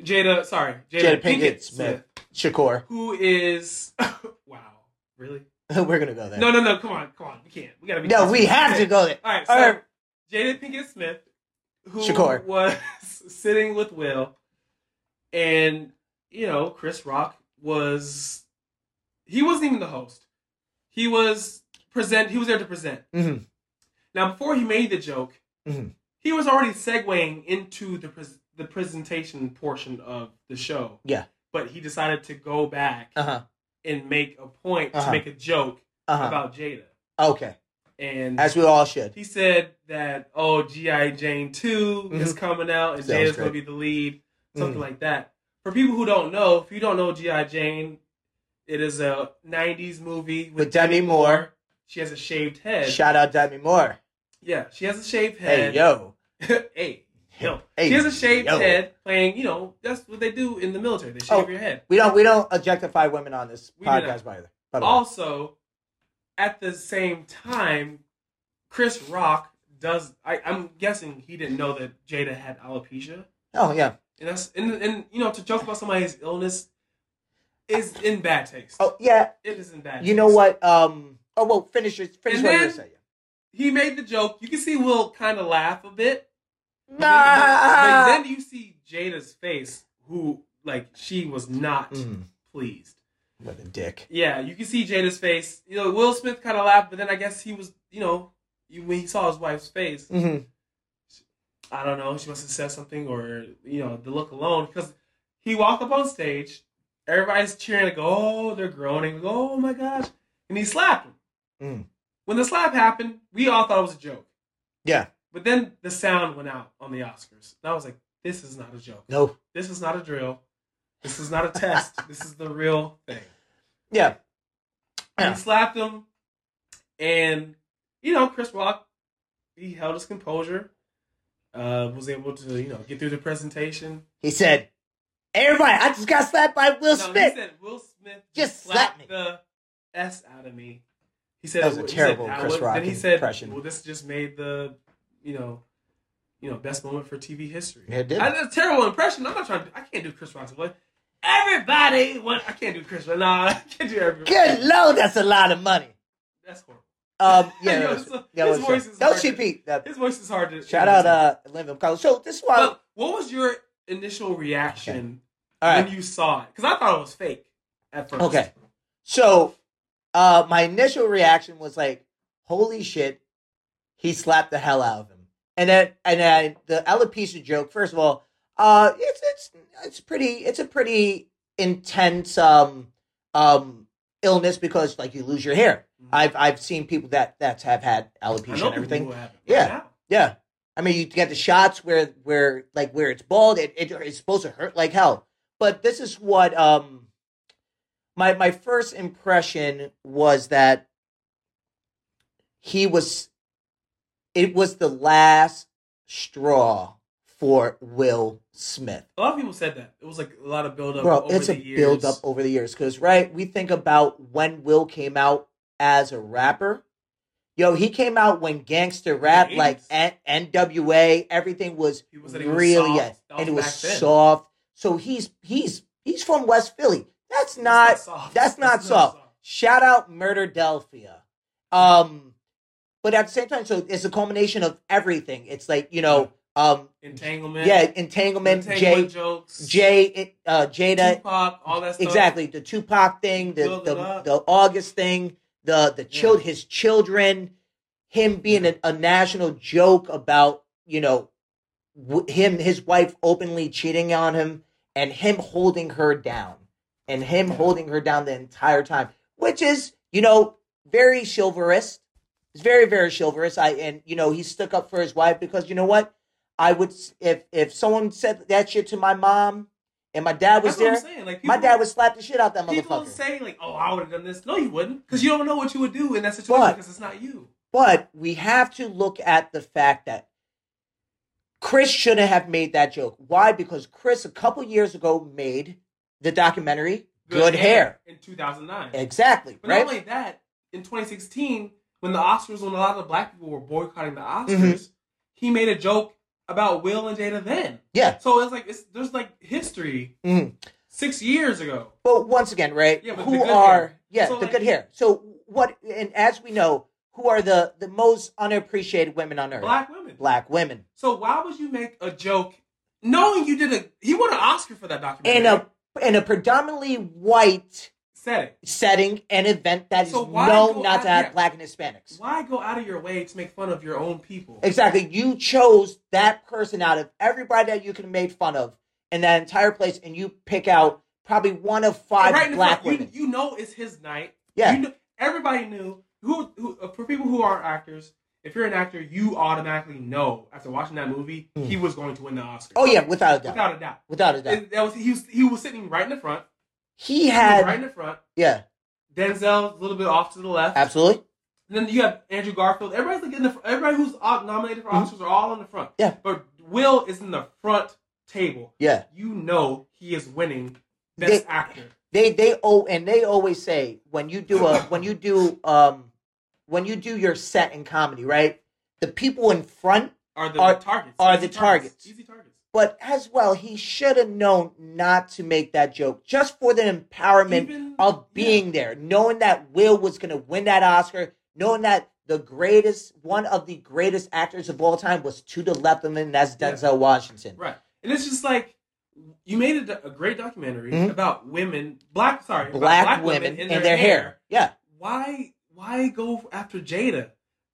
Speaker 2: Jada, sorry, Jada,
Speaker 1: Jada Pinkett Smith. Shakur,
Speaker 2: who is wow, really?
Speaker 1: we're gonna go there.
Speaker 2: No, no, no. Come on, come on. We can't. We gotta be.
Speaker 1: No, we have to go there.
Speaker 2: All right. So,
Speaker 1: All right.
Speaker 2: Jada Pinkett Smith, who
Speaker 1: Shakur.
Speaker 2: was sitting with Will, and you know Chris Rock was, he wasn't even the host. He was present. He was there to present.
Speaker 1: Mhm.
Speaker 2: Now, before he made the joke,
Speaker 1: Mhm.
Speaker 2: he was already segueing into the pres- the presentation portion of the show.
Speaker 1: Yeah.
Speaker 2: But he decided to go back
Speaker 1: Uh huh.
Speaker 2: and make a point
Speaker 1: Uh-huh.
Speaker 2: to make a joke
Speaker 1: Uh
Speaker 2: about Jada.
Speaker 1: huh. Okay,
Speaker 2: And
Speaker 1: as we all should.
Speaker 2: he said that, oh, G.I. Jane 2 is coming out and
Speaker 1: Mm-hmm. Sounds
Speaker 2: Jada's going to be the lead, something
Speaker 1: Mhm.
Speaker 2: like that. For people who don't know, if you don't know G.I. Jane, it is a 90s movie with,
Speaker 1: With Demi Moore.
Speaker 2: She has a shaved head.
Speaker 1: Shout out Demi Moore.
Speaker 2: yeah, she has a shaved
Speaker 1: Hey
Speaker 2: head.
Speaker 1: yo.
Speaker 2: hey, yo.
Speaker 1: Hey,
Speaker 2: she has a shaved
Speaker 1: yo.
Speaker 2: head playing, you know, that's what they do in the military. They shave
Speaker 1: Oh.
Speaker 2: your head.
Speaker 1: We don't we don't objectify women on this
Speaker 2: We do not.
Speaker 1: podcast by the by the way.
Speaker 2: also at the same time chris rock does I, i'm guessing he didn't know that jada had alopecia
Speaker 1: Oh yeah.
Speaker 2: and that's and, and you know to joke about somebody's illness is in bad taste.
Speaker 1: Oh yeah,
Speaker 2: It is in bad
Speaker 1: you know
Speaker 2: taste.
Speaker 1: what? Um. Oh well, finish your finish
Speaker 2: And
Speaker 1: what you were
Speaker 2: then-
Speaker 1: saying.
Speaker 2: He made the joke. You can see Will kind of laugh a bit. But
Speaker 1: Nah.
Speaker 2: then you see Jada's face, who like she was not
Speaker 1: Mm,
Speaker 2: pleased.
Speaker 1: what a dick.
Speaker 2: Yeah, you can see Jada's face. You know, Will Smith kind of laughed, but then I guess he was, you know, you- when he saw his wife's face,
Speaker 1: Mm-hmm.
Speaker 2: I don't know, she must have said something or you know, the look alone because he walked up on stage, everybody's cheering, like oh, they're groaning, like, oh my gosh, and he slapped him.
Speaker 1: Mm.
Speaker 2: When the slap happened, we all thought it was a joke.
Speaker 1: Yeah.
Speaker 2: But then the sound went out on the Oscars, and I was like, this is not a joke.
Speaker 1: No.
Speaker 2: This is not a drill. This is not a test. this is the real thing.
Speaker 1: Yeah.
Speaker 2: And
Speaker 1: Yeah.
Speaker 2: He slapped him, and you know Chris Rock, he held his composure, uh, was able to you know get through the presentation.
Speaker 1: He said, "Everybody, I just got slapped by Will
Speaker 2: no,
Speaker 1: Smith."
Speaker 2: he said Will Smith
Speaker 1: Just slap
Speaker 2: slapped
Speaker 1: me."
Speaker 2: the s out of me. He said
Speaker 1: That was a
Speaker 2: he said,
Speaker 1: terrible
Speaker 2: "That
Speaker 1: Chris
Speaker 2: was-"
Speaker 1: Rock
Speaker 2: Then he said,
Speaker 1: impression.
Speaker 2: "Well, this just made the you know." You know, best moment for TV history.
Speaker 1: Yeah, it did.
Speaker 2: I, that's a terrible impression. I'm not trying to. I can't do Chris Rock's voice. Everybody, what? I can't do Chris Rock. Nah, I can't do everybody.
Speaker 1: Good lord, that's a lot of money.
Speaker 2: That's horrible.
Speaker 1: Um, yeah, that
Speaker 2: Yo,
Speaker 1: was,
Speaker 2: his-
Speaker 1: that
Speaker 2: his
Speaker 1: was
Speaker 2: voice is
Speaker 1: that was
Speaker 2: hard to-
Speaker 1: cheap. That,
Speaker 2: His voice is hard to
Speaker 1: shout out, uh, Linville College. So this is why.
Speaker 2: But what was your initial reaction
Speaker 1: all right,
Speaker 2: when you saw it? Because I thought it was fake at first.
Speaker 1: Okay. So, uh, my initial reaction was like, "Holy shit!" He slapped the hell out of him, and then and then the alopecia joke. First of all, uh, it's it's it's pretty. It's a pretty intense um um illness because like you lose your hair. I've I've seen people that that have had
Speaker 2: Mm-hmm. I know
Speaker 1: alopecia
Speaker 2: people
Speaker 1: and everything.
Speaker 2: who have it
Speaker 1: Yeah.
Speaker 2: now.
Speaker 1: Yeah. I mean, you get the shots where where like where it's bald, it, it it's supposed to hurt like hell. But this is what um my my first impression was that he was it was the last straw for Will Smith.
Speaker 2: A lot of people said that it was like a lot of buildup.
Speaker 1: Bro,
Speaker 2: over
Speaker 1: it's a
Speaker 2: the years.
Speaker 1: build up over the years because right, we think about when Will came out as a rapper. Yo, he came out when gangster rap,
Speaker 2: The
Speaker 1: like
Speaker 2: 80s.
Speaker 1: N- NWA, everything was
Speaker 2: He was- he was
Speaker 1: really,
Speaker 2: soft.
Speaker 1: yeah,
Speaker 2: That
Speaker 1: and it was
Speaker 2: back then.
Speaker 1: soft. So he's he's he's from West Philly. That's
Speaker 2: That's
Speaker 1: not
Speaker 2: soft.
Speaker 1: that's not soft. Shout out Murderdelphia. Um, but at the same time, so it's a culmination of everything. It's like you know, um,
Speaker 2: Entanglement.
Speaker 1: yeah, entanglement,
Speaker 2: Entanglement
Speaker 1: Jay,
Speaker 2: jokes.
Speaker 1: Jay, it, uh, Jada,
Speaker 2: Tupac, all that stuff.
Speaker 1: exactly the Tupac thing, the
Speaker 2: Build it
Speaker 1: the,
Speaker 2: up.
Speaker 1: the August thing, the the child his children, him being a, a national joke about you know w- him his wife openly cheating on him and him holding her down and him
Speaker 2: Yeah.
Speaker 1: holding her down the entire time, which is you know very chivalrous. It's very very chivalrous. I and you know he stuck up for his wife because you know what. I would s- if if someone said that shit to my mom and my dad was
Speaker 2: That's
Speaker 1: there.
Speaker 2: what I'm saying. Like
Speaker 1: My
Speaker 2: people-
Speaker 1: dad would slap the shit out that
Speaker 2: People
Speaker 1: motherfucker.
Speaker 2: say like, "Oh, I would have done this." No, you wouldn't, because you don't know what you would do in that situation
Speaker 1: But-
Speaker 2: because it's not you.
Speaker 1: but we have to look at the fact that Chris shouldn't have made that joke. Why? Because Chris, a couple years ago, made the documentary Good, Hair.
Speaker 2: in 2009.
Speaker 1: Exactly.
Speaker 2: But
Speaker 1: right?
Speaker 2: not only that, in 2016, when the Oscars, when a lot of black people were boycotting the Oscars,
Speaker 1: Mm-hmm.
Speaker 2: he made a joke about Will and Jada then.
Speaker 1: Yeah.
Speaker 2: So it's like it's there's like history
Speaker 1: Mhm.
Speaker 2: six years ago.
Speaker 1: But once again, right?
Speaker 2: Yeah, but the
Speaker 1: who
Speaker 2: good
Speaker 1: are
Speaker 2: hair.
Speaker 1: yeah
Speaker 2: So,
Speaker 1: the
Speaker 2: like-
Speaker 1: good hair? So what? And as we know, who are the the most unappreciated women on earth?
Speaker 2: Black women.
Speaker 1: Black women.
Speaker 2: So why would you make a joke knowing you did a he won an Oscar for that documentary?
Speaker 1: In a in a predominantly white
Speaker 2: said it.
Speaker 1: setting and event that is
Speaker 2: So why
Speaker 1: known
Speaker 2: go
Speaker 1: not
Speaker 2: out-
Speaker 1: to have
Speaker 2: yeah.
Speaker 1: black and Hispanics.
Speaker 2: Why go out of your way to make fun of your own people?
Speaker 1: Exactly. You chose that person out of everybody that you can make fun of in that entire place, and you pick out probably one of five
Speaker 2: And in
Speaker 1: black
Speaker 2: front, you-
Speaker 1: women.
Speaker 2: You, know it's his night.
Speaker 1: Yeah.
Speaker 2: You know, everybody knew who, who uh, for people who aren't actors. If you're an actor, you automatically know after watching that movie
Speaker 1: Mm.
Speaker 2: he was going to win the Oscar.
Speaker 1: oh yeah, without a doubt.
Speaker 2: without a doubt.
Speaker 1: Without a doubt.
Speaker 2: It- that was he was he was sitting right in the front.
Speaker 1: He
Speaker 2: He was
Speaker 1: had
Speaker 2: right in the front.
Speaker 1: yeah,
Speaker 2: Denzel a little bit off to the left.
Speaker 1: absolutely.
Speaker 2: And then you have Andrew Garfield. Everybody's like in the fr- everybody who's uh, nominated for
Speaker 1: Mhm.
Speaker 2: Oscars are all in the front.
Speaker 1: Yeah.
Speaker 2: But Will is in the front table.
Speaker 1: Yeah.
Speaker 2: You know he is winning best
Speaker 1: They-
Speaker 2: actor.
Speaker 1: They they oh and they always say when you do a when you do um when you do your set in comedy, right? The people in front
Speaker 2: Are the
Speaker 1: Are-
Speaker 2: targets?
Speaker 1: are
Speaker 2: Easy
Speaker 1: the targets.
Speaker 2: Easy targets.
Speaker 1: but as well, he should have known not to make that joke just for the empowerment
Speaker 2: Even-
Speaker 1: of
Speaker 2: yeah.
Speaker 1: being there, knowing that Will was going to win that Oscar, knowing that the greatest, one of the greatest actors of all time was to the left of him, and that's
Speaker 2: Yeah.
Speaker 1: Denzel Washington.
Speaker 2: Right. And it's just like you made a, do- a great documentary
Speaker 1: Mhm.
Speaker 2: about women, black sorry, about
Speaker 1: Black, women, and their, hair. Yeah.
Speaker 2: Why why go after Jada?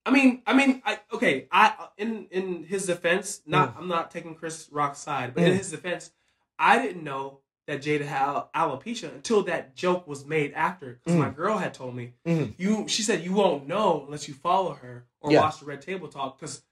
Speaker 2: I mean, I mean, I okay. I in in his defense, not I'm not taking Chris Rock's side, but in
Speaker 1: Mm.
Speaker 2: his defense, I didn't know that Jada had al- alopecia until that joke was made after. Because
Speaker 1: Mm.
Speaker 2: my girl had told me
Speaker 1: Mhm.
Speaker 2: you. She said you won't know unless you follow her or
Speaker 1: Yeah.
Speaker 2: watch the Red Table Talk. Because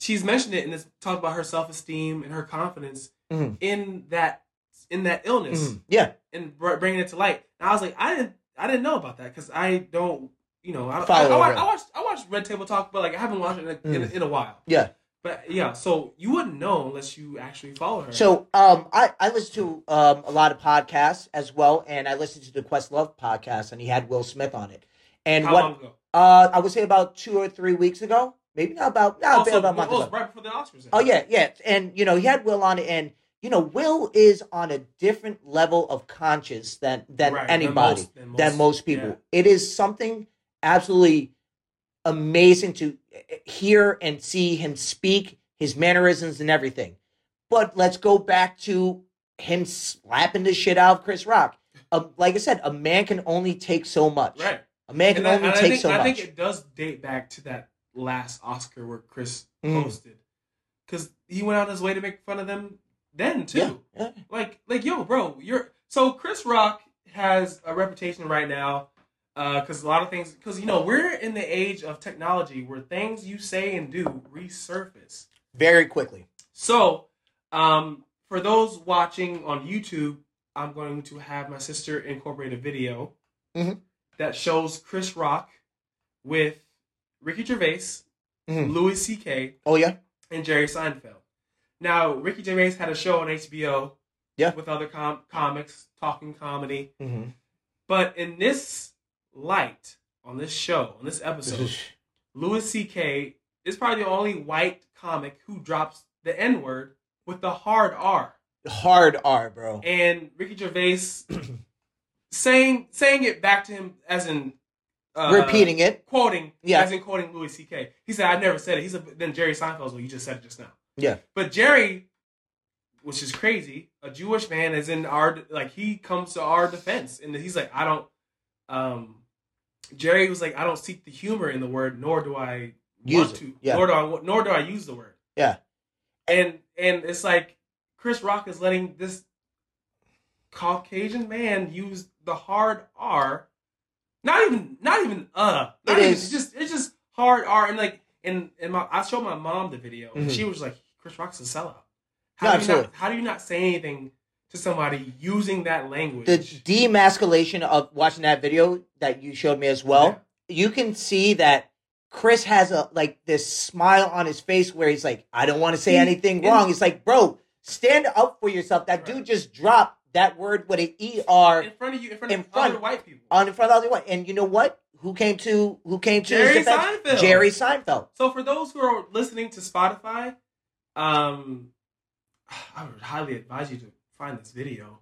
Speaker 2: she's mentioned it and it's talked about her self esteem and her confidence
Speaker 1: Mhm.
Speaker 2: in that in that illness
Speaker 1: Mhm. Yeah.
Speaker 2: and br- bringing it to light. And I was like, I didn't, I didn't know about that because I don't, you know, I, I, I,
Speaker 1: Follow
Speaker 2: wa-
Speaker 1: her.
Speaker 2: I watched, I watched Red Table Talk, but like I haven't watched it in a, in, a, in a while.
Speaker 1: Yeah.
Speaker 2: But yeah, so you wouldn't know unless you actually follow her.
Speaker 1: So um, I, I listen to um, a lot of podcasts as well, and I listened to the Questlove podcast, and he had Will Smith on it. And
Speaker 2: how
Speaker 1: what
Speaker 2: long ago?
Speaker 1: uh, I would say about two or three weeks ago, maybe not about, not
Speaker 2: Also,
Speaker 1: about a month
Speaker 2: oh, it
Speaker 1: ago.
Speaker 2: was right before the Oscars.
Speaker 1: Oh yeah, yeah, and you know he had Will on it, and you know Will is on a different level of conscience than than
Speaker 2: Right,
Speaker 1: anybody, than most,
Speaker 2: than
Speaker 1: people.
Speaker 2: yeah.
Speaker 1: It is something absolutely amazing to eh, hear and see him speak, his mannerisms and everything. But let's go back to him slapping the shit out of Chris Rock. Um, like I said, a man can only take so much.
Speaker 2: right.
Speaker 1: A man can
Speaker 2: I-
Speaker 1: only
Speaker 2: I
Speaker 1: take
Speaker 2: think,
Speaker 1: so
Speaker 2: I
Speaker 1: much.
Speaker 2: think it does date back to that last Oscar where Chris
Speaker 1: Mm.
Speaker 2: posted because he went out his way to make fun of them then too.
Speaker 1: yeah, yeah.
Speaker 2: Like, like, yo, bro, you're so Chris Rock has a reputation right now because a lot of things. Because you know we're in the age of technology where things you say and do resurface.
Speaker 1: very quickly.
Speaker 2: So, um, for those watching on YouTube, I'm going to have my sister incorporate a video
Speaker 1: Mhm.
Speaker 2: that shows Chris Rock with Ricky Gervais,
Speaker 1: Mhm.
Speaker 2: Louis C.K.,
Speaker 1: Oh yeah,
Speaker 2: and Jerry Seinfeld. Now, Ricky Gervais had a show on HBO
Speaker 1: Yeah.
Speaker 2: with other com- comics talking comedy,
Speaker 1: mm-hmm.
Speaker 2: but in this light, on this show, on this episode, Louis C.K. is probably the only white comic who drops the N word with the hard R,
Speaker 1: hard R, bro.
Speaker 2: and Ricky Gervais saying saying it back to him as in uh,
Speaker 1: Repeating it.
Speaker 2: quoting,
Speaker 1: Yeah.
Speaker 2: as in quoting Louis C.K. He said, "I never said it." He said, "Then Jerry Seinfeld's, well, you just said it just now."
Speaker 1: Yeah.
Speaker 2: But Jerry, which is crazy, a Jewish man is in our like he comes to our defense, and he's like, "I don't." um Jerry was like, "I don't seek the humor in the word, nor do I
Speaker 1: Use
Speaker 2: want
Speaker 1: it.
Speaker 2: to,
Speaker 1: Yeah.
Speaker 2: nor do I wa- nor do I use the word."
Speaker 1: Yeah.
Speaker 2: And and it's like Chris Rock is letting this Caucasian man use the hard R. Not even, not even, uh,
Speaker 1: It
Speaker 2: not even,
Speaker 1: is.
Speaker 2: it's just, it's just hard R. And like, and and my, I showed my mom the video, and
Speaker 1: Mhm.
Speaker 2: she was like, "Chris Rock's a sellout.
Speaker 1: No,
Speaker 2: How do you
Speaker 1: absolutely.
Speaker 2: not, how do you not say anything to somebody using that language?"
Speaker 1: the demasculation of watching that video that you showed me as well, you can see that Chris has a like this smile on his face where he's like, I don't want to say
Speaker 2: He-
Speaker 1: anything
Speaker 2: and-
Speaker 1: wrong. It's like, bro, stand up for yourself. That
Speaker 2: Right.
Speaker 1: dude just dropped that word with an ER
Speaker 2: in front of you, in front
Speaker 1: in
Speaker 2: of
Speaker 1: front-
Speaker 2: other white people.
Speaker 1: on in front of the other one. And you know what? Who came to who came to
Speaker 2: Jerry
Speaker 1: his defense?
Speaker 2: Seinfeld.
Speaker 1: Jerry Seinfeld.
Speaker 2: So for those who are listening to Spotify, um, I would highly advise you to find this video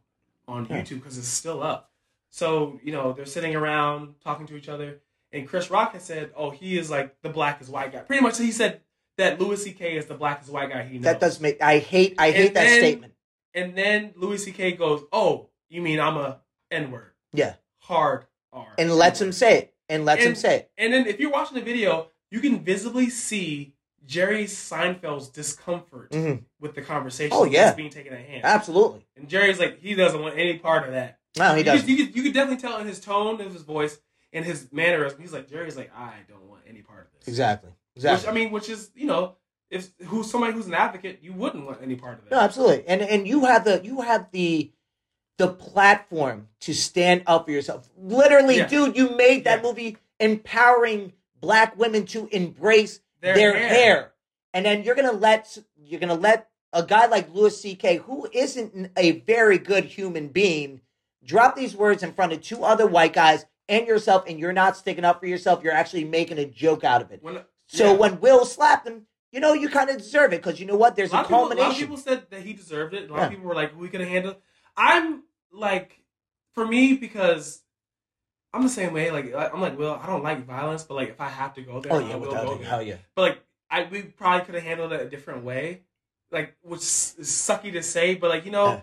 Speaker 2: on
Speaker 1: Yeah.
Speaker 2: YouTube because it's still up. So you know they're sitting around talking to each other, and Chris Rock has said, "Oh, he is like the blackest white guy." Pretty much, he said that Louis C.K. is the blackest white guy he knows.
Speaker 1: That does make I hate I hate
Speaker 2: And
Speaker 1: that
Speaker 2: then-
Speaker 1: statement.
Speaker 2: And then Louis C.K. goes, "Oh, you mean I'm a N word?"
Speaker 1: Yeah.
Speaker 2: Hard R.
Speaker 1: And lets him say it. And lets him
Speaker 2: And-
Speaker 1: say it.
Speaker 2: And then if you're watching the video, you can visibly see Jerry Seinfeld's discomfort
Speaker 1: Mhm.
Speaker 2: with the conversation
Speaker 1: Oh, yeah.
Speaker 2: that's being taken at hand.
Speaker 1: Absolutely.
Speaker 2: and Jerry's like, he doesn't want any part of that.
Speaker 1: No, he
Speaker 2: you,
Speaker 1: doesn't.
Speaker 2: could, you, could, you could definitely tell in his tone, in his voice, in his mannerism. He's like, Jerry's like, I don't want any part of this.
Speaker 1: Exactly. Exactly.
Speaker 2: Which, I mean, which is, you know, if who's somebody who's an advocate, you wouldn't want any part of
Speaker 1: No,
Speaker 2: that.
Speaker 1: absolutely. And and you have the you have the the platform to stand up for yourself. Literally,
Speaker 2: Yeah.
Speaker 1: dude, you made that
Speaker 2: Yeah.
Speaker 1: movie empowering black women to embrace their, hair. And then you're gonna let you're gonna let a guy like Louis C.K., who isn't a very good human being, drop these words in front of two other white guys and yourself, and you're not sticking up for yourself. You're actually making a joke out of it.
Speaker 2: When,
Speaker 1: So
Speaker 2: yeah.
Speaker 1: when Will slapped him, you know, you kind of deserve it because you know what? There's a,
Speaker 2: a, lot of people, a lot of
Speaker 1: culmination.
Speaker 2: people said that he deserved it. A lot
Speaker 1: Yeah.
Speaker 2: of people were like, we could have handled. I'm like, for me, because I'm the same way. Like, I- I'm like, well, I don't like violence, but like, if I have to go there,
Speaker 1: oh
Speaker 2: I
Speaker 1: yeah,
Speaker 2: will
Speaker 1: without
Speaker 2: go
Speaker 1: it,
Speaker 2: there.
Speaker 1: hell yeah.
Speaker 2: But like, I we probably could have handled it a different way. Like, which is sucky to say, but like, you know,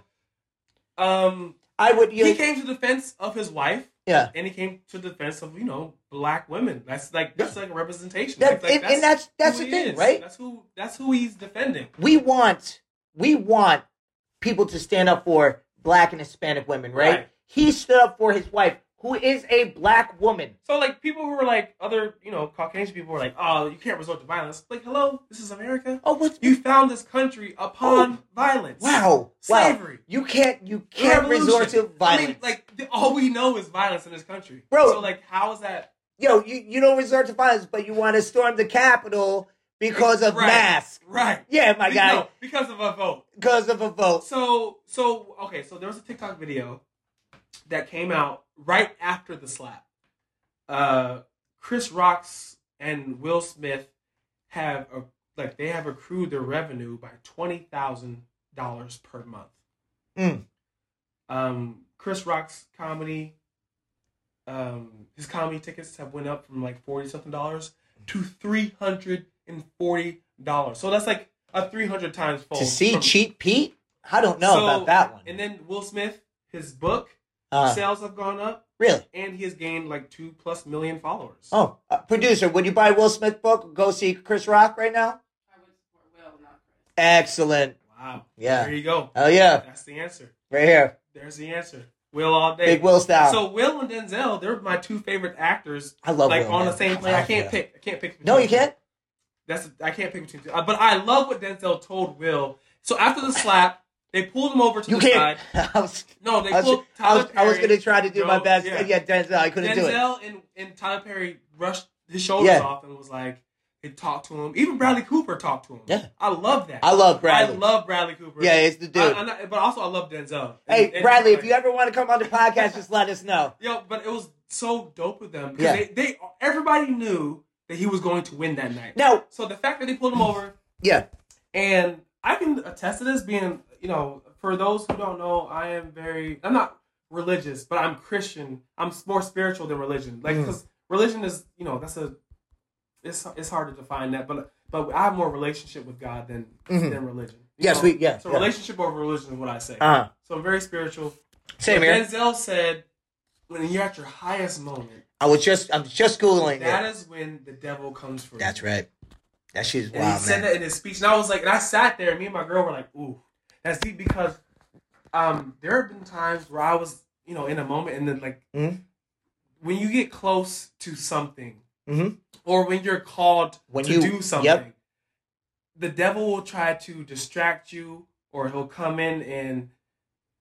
Speaker 2: um,
Speaker 1: I would. You
Speaker 2: he came to the defense of his wife.
Speaker 1: Yeah.
Speaker 2: and he came to the defense of you know black women. That's like that's like a representation.
Speaker 1: that,
Speaker 2: That's like,
Speaker 1: and, and that's that's
Speaker 2: who
Speaker 1: the
Speaker 2: he
Speaker 1: thing,
Speaker 2: is.
Speaker 1: right?
Speaker 2: That's who that's who he's defending.
Speaker 1: We want we want people to stand up for black and Hispanic women, right?
Speaker 2: Right.
Speaker 1: He stood up for his wife, who is a black woman.
Speaker 2: So like people who are like other you know Caucasian people were like, oh, you can't resort to violence. Like, hello, this is America.
Speaker 1: Oh, what's
Speaker 2: You found this country upon violence.
Speaker 1: Oh. wow, wow.
Speaker 2: slavery.
Speaker 1: You can't you can't
Speaker 2: Revolution.
Speaker 1: resort to violence.
Speaker 2: I mean, like th- all we know is violence in this country,
Speaker 1: Bro.
Speaker 2: So like, how is that?
Speaker 1: Yo, you, you don't resort to violence, but you want to storm the Capitol because of
Speaker 2: Right.
Speaker 1: masks.
Speaker 2: Right.
Speaker 1: Yeah, my
Speaker 2: Be-
Speaker 1: guy,
Speaker 2: no, because of a vote.
Speaker 1: because of a vote.
Speaker 2: So so okay, so there was a TikTok video that came out right after the slap. Uh Chris Rocks and Will Smith have a, like they have accrued their revenue by twenty thousand dollars per month.
Speaker 1: Mm.
Speaker 2: Um Chris Rock's comedy um his comedy tickets have went up from like forty something dollars to three hundred and forty dollars. So that's like a three hundred times fold
Speaker 1: To see
Speaker 2: from-
Speaker 1: Cheat Pete? I don't know
Speaker 2: So,
Speaker 1: about that one.
Speaker 2: and then Will Smith, his book
Speaker 1: uh,
Speaker 2: sales have gone up,
Speaker 1: really?
Speaker 2: and he has gained like two plus million followers.
Speaker 1: Oh, uh, producer, would you buy Will Smith book? or Go see Chris Rock right now.
Speaker 3: I would support Will, not Chris.
Speaker 1: Excellent.
Speaker 2: wow!
Speaker 1: Yeah.
Speaker 2: There you go.
Speaker 1: Oh yeah,
Speaker 2: That's the answer.
Speaker 1: right here,
Speaker 2: There's the answer. Will all day.
Speaker 1: Big Will style.
Speaker 2: So Will and Denzel, they're my two favorite actors.
Speaker 1: I love
Speaker 2: like
Speaker 1: Will,
Speaker 2: on
Speaker 1: man.
Speaker 2: the same plane. I
Speaker 1: love
Speaker 2: can't
Speaker 1: Will.
Speaker 2: pick. I can't pick.
Speaker 1: No,
Speaker 2: between
Speaker 1: you
Speaker 2: them.
Speaker 1: can't.
Speaker 2: That's I can't pick between. Two. Uh, But I love what Denzel told Will. So after the slap, they pulled him over to
Speaker 1: You
Speaker 2: the
Speaker 1: can't.
Speaker 2: side.
Speaker 1: I was,
Speaker 2: No, they
Speaker 1: I was-
Speaker 2: pulled
Speaker 1: I
Speaker 2: Tyler
Speaker 1: was, I was
Speaker 2: Perry.
Speaker 1: gonna try to do my
Speaker 2: No,
Speaker 1: best. Yeah.
Speaker 2: yeah.
Speaker 1: Denzel, I couldn't do it.
Speaker 2: Denzel and, and Tyler Perry rushed his shoulders
Speaker 1: Yeah.
Speaker 2: off and was like, they talked to him. Even Bradley Cooper talked to him.
Speaker 1: Yeah.
Speaker 2: I love that.
Speaker 1: I love Bradley.
Speaker 2: I love Bradley Cooper.
Speaker 1: yeah, it's the dude.
Speaker 2: I- I'm not- but also I love Denzel.
Speaker 1: hey,
Speaker 2: And- and-
Speaker 1: Bradley, if you ever want to come on the podcast, just let us know.
Speaker 2: yo, but it was so dope with them
Speaker 1: Yeah.
Speaker 2: because they, they everybody knew that he was going to win that night.
Speaker 1: Now,
Speaker 2: So the fact that they pulled him over,
Speaker 1: yeah,
Speaker 2: and I can attest to this being, you know, for those who don't know, I am very, I'm not religious, but I'm Christian. I'm s- more spiritual than religion. Like,
Speaker 1: Mm.
Speaker 2: because religion is, you know, that's a, it's, it's hard to define that, but but I have more relationship with God than
Speaker 1: Mhm.
Speaker 2: than religion. you
Speaker 1: yes,
Speaker 2: know?
Speaker 1: we yeah.
Speaker 2: So
Speaker 1: yeah.
Speaker 2: relationship over religion is what I say.
Speaker 1: Uh-huh.
Speaker 2: so I'm very spiritual.
Speaker 1: Same
Speaker 2: But
Speaker 1: here.
Speaker 2: Denzel said, when you're at your highest moment,
Speaker 1: I was just I'm just googling
Speaker 2: that
Speaker 1: it.
Speaker 2: is when the devil comes for you.
Speaker 1: That's right. That shit's
Speaker 2: And
Speaker 1: wild,
Speaker 2: he
Speaker 1: man.
Speaker 2: said that in his speech, and I was like, and I sat there, and me and my girl were like, ooh, that's deep because um, there have been times where I was, you know, in a moment, and then like
Speaker 1: Mhm.
Speaker 2: when you get close to something,
Speaker 1: Mhm.
Speaker 2: or when you're called
Speaker 1: When
Speaker 2: to
Speaker 1: you-
Speaker 2: do something, the devil will try to distract you, or he'll come in and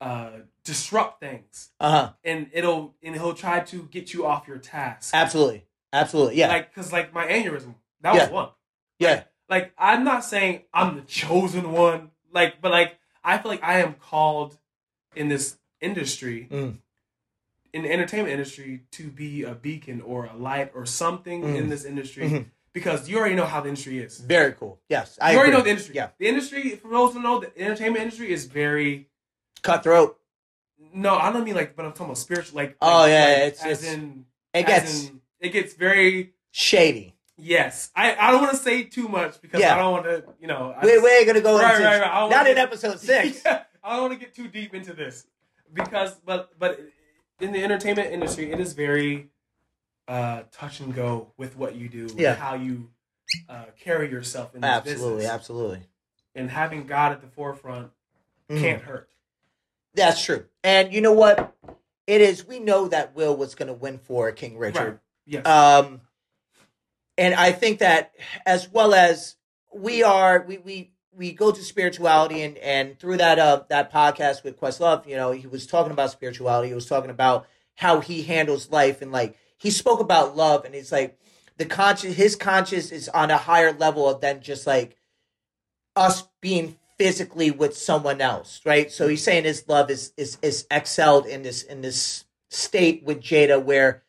Speaker 2: uh, disrupt things,
Speaker 1: Uh huh.
Speaker 2: and it'll and he'll try to get you off your task,
Speaker 1: Absolutely. Absolutely. Yeah.
Speaker 2: like because like my aneurysm, that
Speaker 1: Yeah.
Speaker 2: was one
Speaker 1: yeah.
Speaker 2: like I'm not saying I'm the chosen one, like, but like I feel like I am called in this industry,
Speaker 1: Mm.
Speaker 2: in the entertainment industry, to be a beacon or a light or something
Speaker 1: Mm.
Speaker 2: in this industry
Speaker 1: Mhm.
Speaker 2: because you already know how the industry is.
Speaker 1: Very cool. Yes. I
Speaker 2: you already
Speaker 1: agree.
Speaker 2: know the industry.
Speaker 1: Yeah.
Speaker 2: The industry, for those who know, the entertainment industry is very
Speaker 1: Cutthroat.
Speaker 2: no, I don't mean like, but I'm talking about spiritual, like.
Speaker 1: Oh,
Speaker 2: like-
Speaker 1: yeah,
Speaker 2: like,
Speaker 1: it's-
Speaker 2: as
Speaker 1: it's-
Speaker 2: in
Speaker 1: It
Speaker 2: as
Speaker 1: gets
Speaker 2: in- it gets very
Speaker 1: shady.
Speaker 2: yes. I I don't want to say too much because
Speaker 1: Yeah.
Speaker 2: I don't want to you know. I
Speaker 1: We're, we're gonna go
Speaker 2: Right,
Speaker 1: into
Speaker 2: right, right. I
Speaker 1: not
Speaker 2: wanna-
Speaker 1: in episode six.
Speaker 2: Yeah, I don't want to get too deep into this because, but, but in the entertainment industry, it is very uh, touch and go with what you do,
Speaker 1: Yeah.
Speaker 2: and how you uh, carry yourself in this
Speaker 1: Absolutely,
Speaker 2: business,
Speaker 1: absolutely.
Speaker 2: and having God at the forefront
Speaker 1: Mhm.
Speaker 2: can't hurt.
Speaker 1: That's true. And you know what? It is. We know that Will was going to win for King Richard.
Speaker 2: Yes.
Speaker 1: Um, and I think that as well as we are, we we we go to spirituality, and and through that uh that podcast with Questlove, you know, he was talking about spirituality. He was talking about how he handles life, and like he spoke about love, and it's like the conscious, his conscious is on a higher level than just like us being physically with someone else, right? So he's saying his love is is is excelled in this in this state with Jada where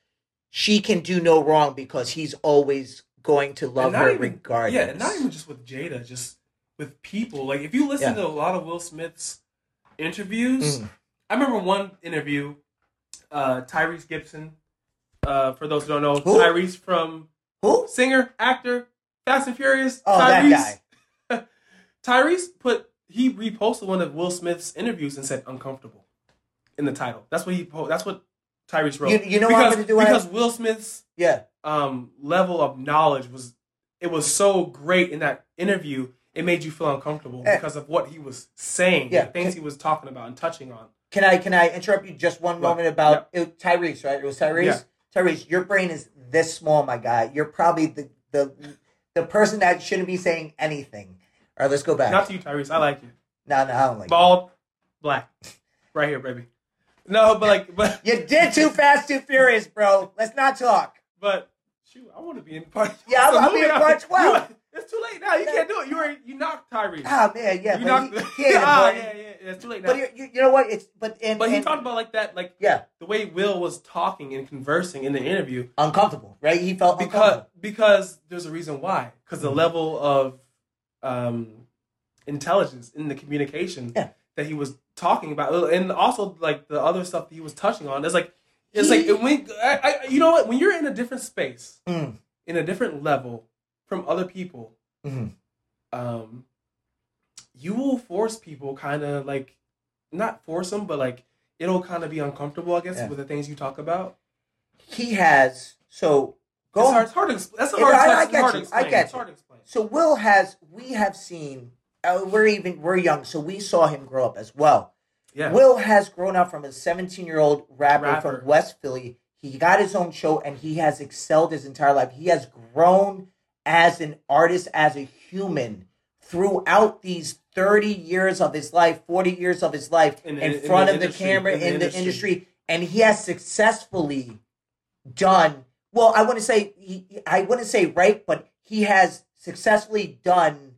Speaker 1: she can do no wrong because he's always going to love
Speaker 2: And not
Speaker 1: her
Speaker 2: even-
Speaker 1: regardless.
Speaker 2: Yeah, and not even just with Jada, just with people. Like if you listen
Speaker 1: Yeah.
Speaker 2: to a lot of Will Smith's interviews,
Speaker 1: Mm.
Speaker 2: I remember one interview, uh, Tyrese Gibson. Uh, for those who don't know,
Speaker 1: Who?
Speaker 2: Tyrese from
Speaker 1: Who?
Speaker 2: singer, actor, Fast and Furious.
Speaker 1: Oh, that
Speaker 2: Tyrese.
Speaker 1: guy.
Speaker 2: Tyrese put he reposted one of Will Smith's interviews and said uncomfortable in the title. That's what he po- that's what Tyrese wrote.
Speaker 1: You- you know what I'm
Speaker 2: because,
Speaker 1: gonna do when I-
Speaker 2: because Will Smith's
Speaker 1: Yeah.
Speaker 2: um, level of knowledge was it was so great in that interview. It made you feel uncomfortable
Speaker 1: Eh.
Speaker 2: because of what he was saying,
Speaker 1: Yeah.
Speaker 2: the things he was talking about and touching on.
Speaker 1: Can I can I interrupt you just one
Speaker 2: Right.
Speaker 1: moment about it, Tyrese? Right, it was Tyrese.
Speaker 2: Yeah.
Speaker 1: Tyrese, your brain is this small, my guy. You're probably the the the person that shouldn't be saying anything. All right, let's go back.
Speaker 2: Not to you, Tyrese. I like you.
Speaker 1: no, no, I don't like.
Speaker 2: Bald, black, right here, baby. No, but like, but
Speaker 1: You did too fast, too furious, bro. Let's not talk.
Speaker 2: But shoot, I want to be in part.
Speaker 1: Yeah, I- I'll be in part 12.
Speaker 2: You- It's too late now. You can't do it. You already you knocked Tyrese.
Speaker 1: Ah man, yeah,
Speaker 2: you
Speaker 1: but
Speaker 2: knocked.
Speaker 1: he,
Speaker 2: Yeah,
Speaker 1: he ain't a
Speaker 2: ah,
Speaker 1: boy.
Speaker 2: yeah, yeah, yeah. It's too late now.
Speaker 1: But you, you, you know what? It's but and,
Speaker 2: But he
Speaker 1: and-
Speaker 2: talked about like that, like
Speaker 1: yeah,
Speaker 2: the way Will was talking and conversing in the interview
Speaker 1: uncomfortable, right? He felt
Speaker 2: because
Speaker 1: uncomfortable.
Speaker 2: because there's a reason why because
Speaker 1: Mm-hmm.
Speaker 2: the level of um intelligence in the communication
Speaker 1: Yeah.
Speaker 2: that he was talking about uh, and also like the other stuff that he was touching on it's like it's
Speaker 1: He-
Speaker 2: like when I, I, you know what when you're in a different space
Speaker 1: Mm.
Speaker 2: in a different level from other people
Speaker 1: Mhm.
Speaker 2: um you will force people kind of like not force them but like it'll kind of be uncomfortable i guess
Speaker 1: Yeah.
Speaker 2: with the things you talk about
Speaker 1: He has so go
Speaker 2: it's hard, it's hard to explain. That's a
Speaker 1: Yeah,
Speaker 2: hard,
Speaker 1: I-
Speaker 2: that's
Speaker 1: I get
Speaker 2: hard
Speaker 1: you.
Speaker 2: to
Speaker 1: I
Speaker 2: explain.
Speaker 1: get
Speaker 2: It's
Speaker 1: you.
Speaker 2: hard to explain.
Speaker 1: So Will has we have seen uh, we're even we're young, so we saw him grow up as well.
Speaker 2: Yeah.
Speaker 1: Will has grown up from a 17 year old rapper,
Speaker 2: Rapper.
Speaker 1: from West Philly. He got his own show and he has excelled his entire life. He has grown as an artist, as a human throughout these 30 years of his life, 40 years of his life
Speaker 2: In
Speaker 1: in,
Speaker 2: the- in the
Speaker 1: front of the
Speaker 2: industry,
Speaker 1: camera,
Speaker 2: in
Speaker 1: in
Speaker 2: the
Speaker 1: the,
Speaker 2: industry.
Speaker 1: industry. And he has successfully done well i wouldn't say he, i wouldn't say right but he has successfully done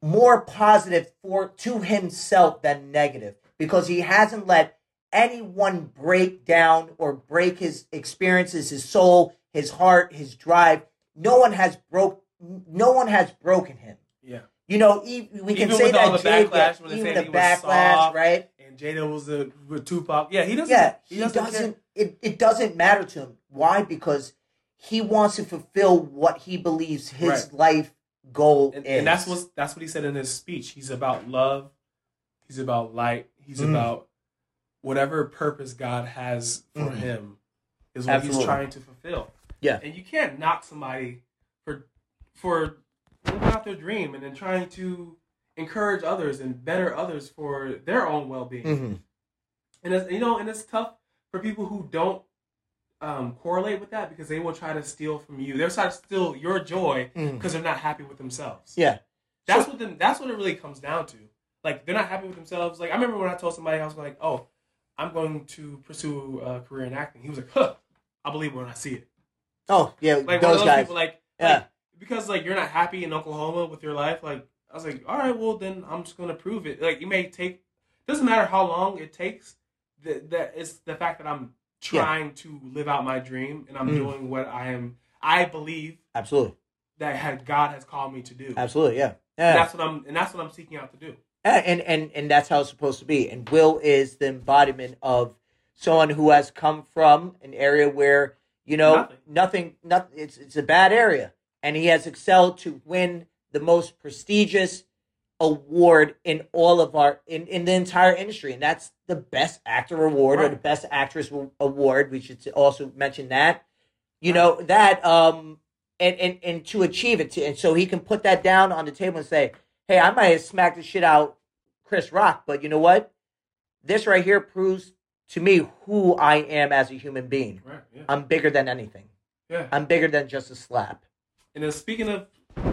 Speaker 1: more positive for to himself than negative because he hasn't let anyone break down or break his experiences his soul his heart his drive no one has broke no one has broken him
Speaker 2: Yeah.
Speaker 1: you know e- we can
Speaker 2: Even
Speaker 1: say
Speaker 2: with
Speaker 1: that
Speaker 2: all the
Speaker 1: Jay-
Speaker 2: backlash when they
Speaker 1: even
Speaker 2: said
Speaker 1: the
Speaker 2: he was
Speaker 1: backlash
Speaker 2: soft,
Speaker 1: right
Speaker 2: And Jada was a with Tupac. Yeah, he doesn't.
Speaker 1: yeah,
Speaker 2: he,
Speaker 1: he
Speaker 2: doesn't.
Speaker 1: doesn't.
Speaker 2: care.
Speaker 1: it, it doesn't matter to him. Why? Because he wants to fulfill what he believes his
Speaker 2: Right.
Speaker 1: life goal
Speaker 2: And,
Speaker 1: is.
Speaker 2: and that's what that's what he said in his speech. He's about love. He's about light. He's
Speaker 1: Mm.
Speaker 2: about whatever purpose God has for
Speaker 1: Mm.
Speaker 2: him is what
Speaker 1: Absolutely.
Speaker 2: he's trying to fulfill.
Speaker 1: Yeah.
Speaker 2: And you can't knock somebody for for living out their dream and then trying to encourage others and better others for their own well being.
Speaker 1: Mhm.
Speaker 2: and it's, you know, and it's tough for people who don't um, correlate with that because they will try to steal from you. They'll try to steal your joy
Speaker 1: Mm.
Speaker 2: because they're not happy with themselves.
Speaker 1: Yeah.
Speaker 2: that's what the, that's what it really comes down to. Like they're not happy with themselves. Like I remember when I told somebody I was like, "Oh, I'm going to pursue a career in acting." He was like, "Huh, I believe it when I see it."
Speaker 1: Oh yeah,
Speaker 2: Like one of
Speaker 1: those
Speaker 2: those
Speaker 1: guys.
Speaker 2: people, like,
Speaker 1: Yeah.
Speaker 2: like, because like you're not happy in Oklahoma with your life. Like I was like, all right, well then I'm just gonna prove it. Like it may take, doesn't matter how long it takes. That that it's the fact that I'm
Speaker 1: Yeah.
Speaker 2: trying to live out my dream and I'm
Speaker 1: Mm.
Speaker 2: doing what I am. I believe
Speaker 1: absolutely,
Speaker 2: that had, God has called me to do.
Speaker 1: absolutely, yeah,
Speaker 2: And
Speaker 1: yeah.
Speaker 2: that's what I'm, and that's what I'm seeking out to do.
Speaker 1: Yeah, Eh, and and and that's how it's supposed to be. And Will is the embodiment of someone who has come from an area where you know nothing,
Speaker 2: Nothing.
Speaker 1: nothing, it's it's a bad area, and he has excelled to win the most prestigious award in all of our in in the entire industry, and that's the best actor award or
Speaker 2: Right.
Speaker 1: the best actress award. We should also mention that you know that um and and and to achieve it to, and so he can put that down on the table and say hey i might have smacked the shit out chris rock but you know what this right here proves to me who i am as a human being
Speaker 2: Right. Yeah.
Speaker 1: i'm bigger than anything
Speaker 2: Yeah.
Speaker 1: i'm bigger than just a slap
Speaker 2: And then speaking of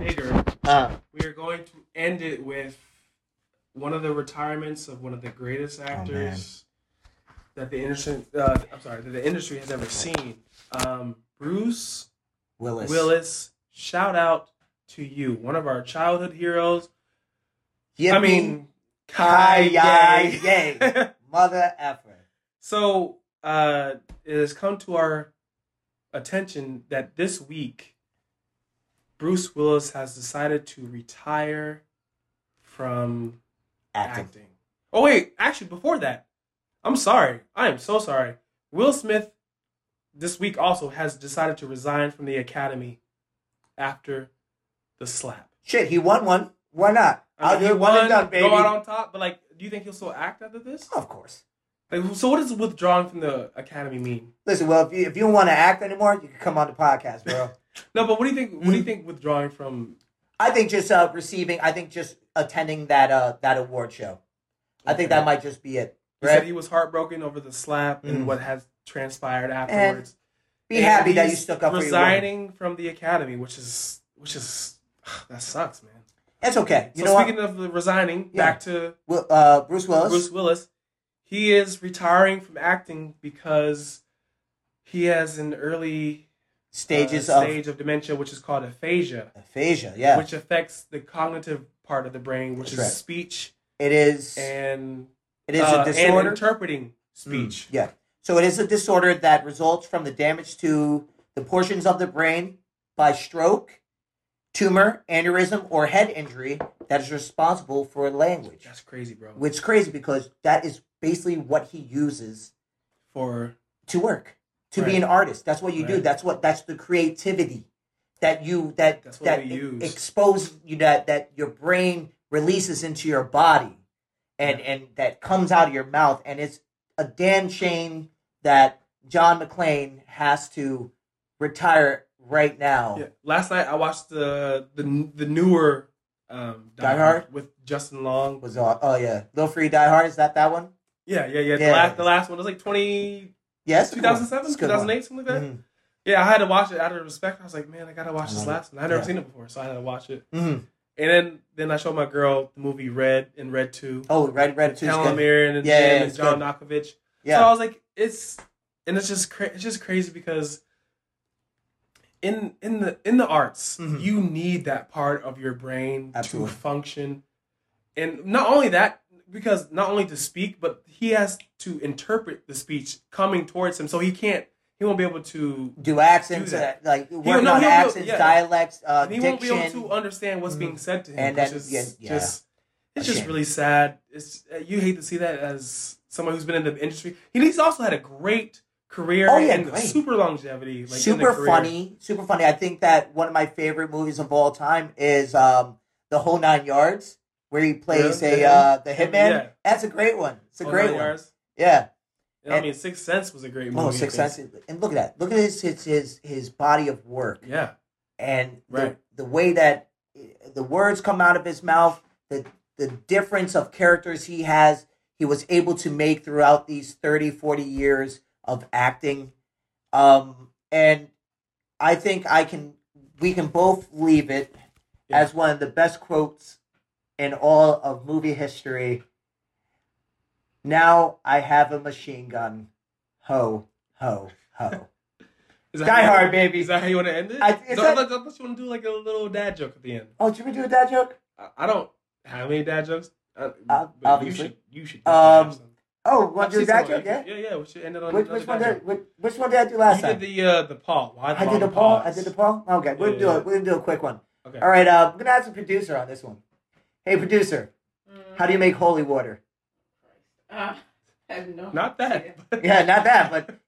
Speaker 2: bigger,
Speaker 1: uh,
Speaker 2: we are going to end it with one of the retirements of one of the greatest
Speaker 1: Oh,
Speaker 2: actors that the industry, uh, I'm sorry, that the industry has ever seen. Um, Bruce
Speaker 1: willis
Speaker 2: Willis, shout out to you, one of our childhood heroes.
Speaker 1: Yippee,
Speaker 2: I mean,
Speaker 1: ki-
Speaker 2: Kai
Speaker 1: yay. mother effer
Speaker 2: so uh, it has come to our attention that this week Bruce Willis has decided to retire from
Speaker 1: Acting.
Speaker 2: acting. Oh wait, actually before that, I'm sorry. I am so sorry. Will Smith this week also has decided to resign from the Academy after the slap.
Speaker 1: Shit, he won one. Why not? I'll
Speaker 2: I mean, he
Speaker 1: do one
Speaker 2: won,
Speaker 1: and done, baby.
Speaker 2: Go out on top, but like, do you think he'll still act after this?
Speaker 1: of course.
Speaker 2: Like, so what does withdrawing from the Academy mean?
Speaker 1: Listen, well, if you, if you don't want to act anymore, you can come on the podcast, bro.
Speaker 2: No, but what do you think? What
Speaker 1: Mm.
Speaker 2: do you think withdrawing from?
Speaker 1: I think just uh, receiving, I think just attending that uh, that award show. I think that might just be it.
Speaker 2: He said
Speaker 1: Right?
Speaker 2: he was heartbroken over the slap
Speaker 1: Mm.
Speaker 2: and what has transpired afterwards.
Speaker 1: Be
Speaker 2: And
Speaker 1: happy that you
Speaker 2: he's
Speaker 1: stuck up for your woman.
Speaker 2: Resigning from the academy, which is which is that sucks, man.
Speaker 1: That's okay. You
Speaker 2: so
Speaker 1: know what?
Speaker 2: speaking of the resigning,
Speaker 1: Yeah.
Speaker 2: back to
Speaker 1: Will- uh, Bruce Willis.
Speaker 2: Bruce Willis, he is retiring from acting because he has an early uh,
Speaker 1: stages of
Speaker 2: stage of dementia, which is called aphasia,
Speaker 1: aphasia. Yeah,
Speaker 2: which affects the cognitive part of the brain, which
Speaker 1: That's
Speaker 2: is
Speaker 1: right.
Speaker 2: speech
Speaker 1: it is.
Speaker 2: and
Speaker 1: It is
Speaker 2: uh,
Speaker 1: a
Speaker 2: and
Speaker 1: disorder. Mm.
Speaker 2: interpreting speech.
Speaker 1: Yeah. So it is a disorder that results from the damage to the portions of the brain by stroke, tumor, aneurysm, or head injury that is responsible for language.
Speaker 2: That's crazy, bro.
Speaker 1: Which is crazy because that is basically what he uses
Speaker 2: For
Speaker 1: to work, to be an
Speaker 2: Right.
Speaker 1: artist. That's what you do.
Speaker 2: Right.
Speaker 1: That's what that's the creativity that you that
Speaker 2: That's what
Speaker 1: that
Speaker 2: we use.
Speaker 1: expose you that that your brain releases into your body, and and that comes out of your mouth. And it's a damn shame that John McClane has to retire right now.
Speaker 2: yeah. last night, I watched the the the newer um,
Speaker 1: Die Hard?
Speaker 2: with Justin Long.
Speaker 1: Was all, oh yeah, Little Free Die Hard is that that one?
Speaker 2: Yeah, yeah, yeah. The
Speaker 1: Yeah.
Speaker 2: last the last one it was like 20,
Speaker 1: Yes,
Speaker 2: 2007, 2008, something like that.
Speaker 1: Mm-hmm.
Speaker 2: Yeah, I had to watch it out of respect. I was like, man, I gotta watch
Speaker 1: I
Speaker 2: this
Speaker 1: love it.
Speaker 2: last one. I've never
Speaker 1: Yeah.
Speaker 2: seen it before, so I had to watch it.
Speaker 1: hmm
Speaker 2: And then then I showed my girl the movie Red and Red Two.
Speaker 1: Oh, Red Red Two.
Speaker 2: Helen Mirren and
Speaker 1: Yeah, yeah,
Speaker 2: him and
Speaker 1: it's
Speaker 2: John Malkovich.
Speaker 1: Yeah.
Speaker 2: So I was like, it's and it's just cra- it's just crazy because in in the in the arts,
Speaker 1: Mhm.
Speaker 2: you need that part of your brain
Speaker 1: Absolutely.
Speaker 2: to function, and not only that, because not only to speak, but he has to interpret the speech coming towards him, so he can't he won't be able to
Speaker 1: do accents,
Speaker 2: Do
Speaker 1: uh,
Speaker 2: that.
Speaker 1: like
Speaker 2: no,
Speaker 1: working on
Speaker 2: he'll-
Speaker 1: accents,
Speaker 2: yeah.
Speaker 1: dialects, uh,
Speaker 2: and he won't be able
Speaker 1: diction.
Speaker 2: to understand what's
Speaker 1: Mhm.
Speaker 2: being said to him,
Speaker 1: And
Speaker 2: which
Speaker 1: that-
Speaker 2: is
Speaker 1: yeah, yeah.
Speaker 2: just it's
Speaker 1: A
Speaker 2: just
Speaker 1: shame.
Speaker 2: really sad. It's uh, you hate to see that as someone who's been in the industry. And he's also had a great career
Speaker 1: Oh, yeah,
Speaker 2: and
Speaker 1: great.
Speaker 2: super longevity, like in the
Speaker 1: super
Speaker 2: career.
Speaker 1: funny, super funny. I think that one of my favorite movies of all time is um, the Whole Nine Yards, where he plays
Speaker 2: Yeah,
Speaker 1: a
Speaker 2: yeah.
Speaker 1: uh, the hitman.
Speaker 2: Yeah.
Speaker 1: That's a great one. It's a
Speaker 2: Oh,
Speaker 1: great
Speaker 2: Nine
Speaker 1: one.
Speaker 2: Yards.
Speaker 1: Yeah.
Speaker 2: And, I
Speaker 1: And-
Speaker 2: mean, Sixth Sense was a great movie.
Speaker 1: Oh,
Speaker 2: I
Speaker 1: Sixth
Speaker 2: think.
Speaker 1: Sense. And look at that. Look at his his his, his body of work
Speaker 2: Yeah,
Speaker 1: and the,
Speaker 2: Right.
Speaker 1: the way that the words come out of his mouth, the the difference of characters he has, he was able to make throughout these 30, 40 years of acting. Um, and I think I can we can both leave it
Speaker 2: Yeah.
Speaker 1: as one of the best quotes in all of movie history. Now I have a machine gun. Ho, ho, ho.
Speaker 2: is
Speaker 1: Die
Speaker 2: how you-
Speaker 1: Hard, baby.
Speaker 2: Is that how you want to end it?
Speaker 1: I-
Speaker 2: I,
Speaker 1: is
Speaker 2: I,
Speaker 1: that-
Speaker 2: thought, I thought you want to do like a little dad joke at the end.
Speaker 1: Oh, should we do a dad joke?
Speaker 2: I, I don't have any dad jokes. I,
Speaker 1: Uh,
Speaker 2: but
Speaker 1: obviously.
Speaker 2: you should. You should
Speaker 1: Um,
Speaker 2: have some.
Speaker 1: Oh, want to do
Speaker 2: Actually,
Speaker 1: a dad
Speaker 2: someone-
Speaker 1: joke? Yeah.
Speaker 2: yeah, yeah. We should end it on
Speaker 1: Which,
Speaker 2: another
Speaker 1: which one
Speaker 2: dad
Speaker 1: did
Speaker 2: joke.
Speaker 1: which, which one did I do last
Speaker 2: You
Speaker 1: time?
Speaker 2: did the uh, the Paul. Why
Speaker 1: I
Speaker 2: long
Speaker 1: did the Paul. I
Speaker 2: pause?
Speaker 1: did the Paul. Okay, we'll
Speaker 2: Yeah,
Speaker 1: do
Speaker 2: yeah.
Speaker 1: it. We'll do a quick one.
Speaker 2: Okay.
Speaker 1: All right, uh, I'm gonna ask the producer on this one. Hey, producer, how do you make holy water?
Speaker 3: Uh, I have no
Speaker 2: Not
Speaker 3: idea.
Speaker 2: that.
Speaker 1: Yeah, not that, but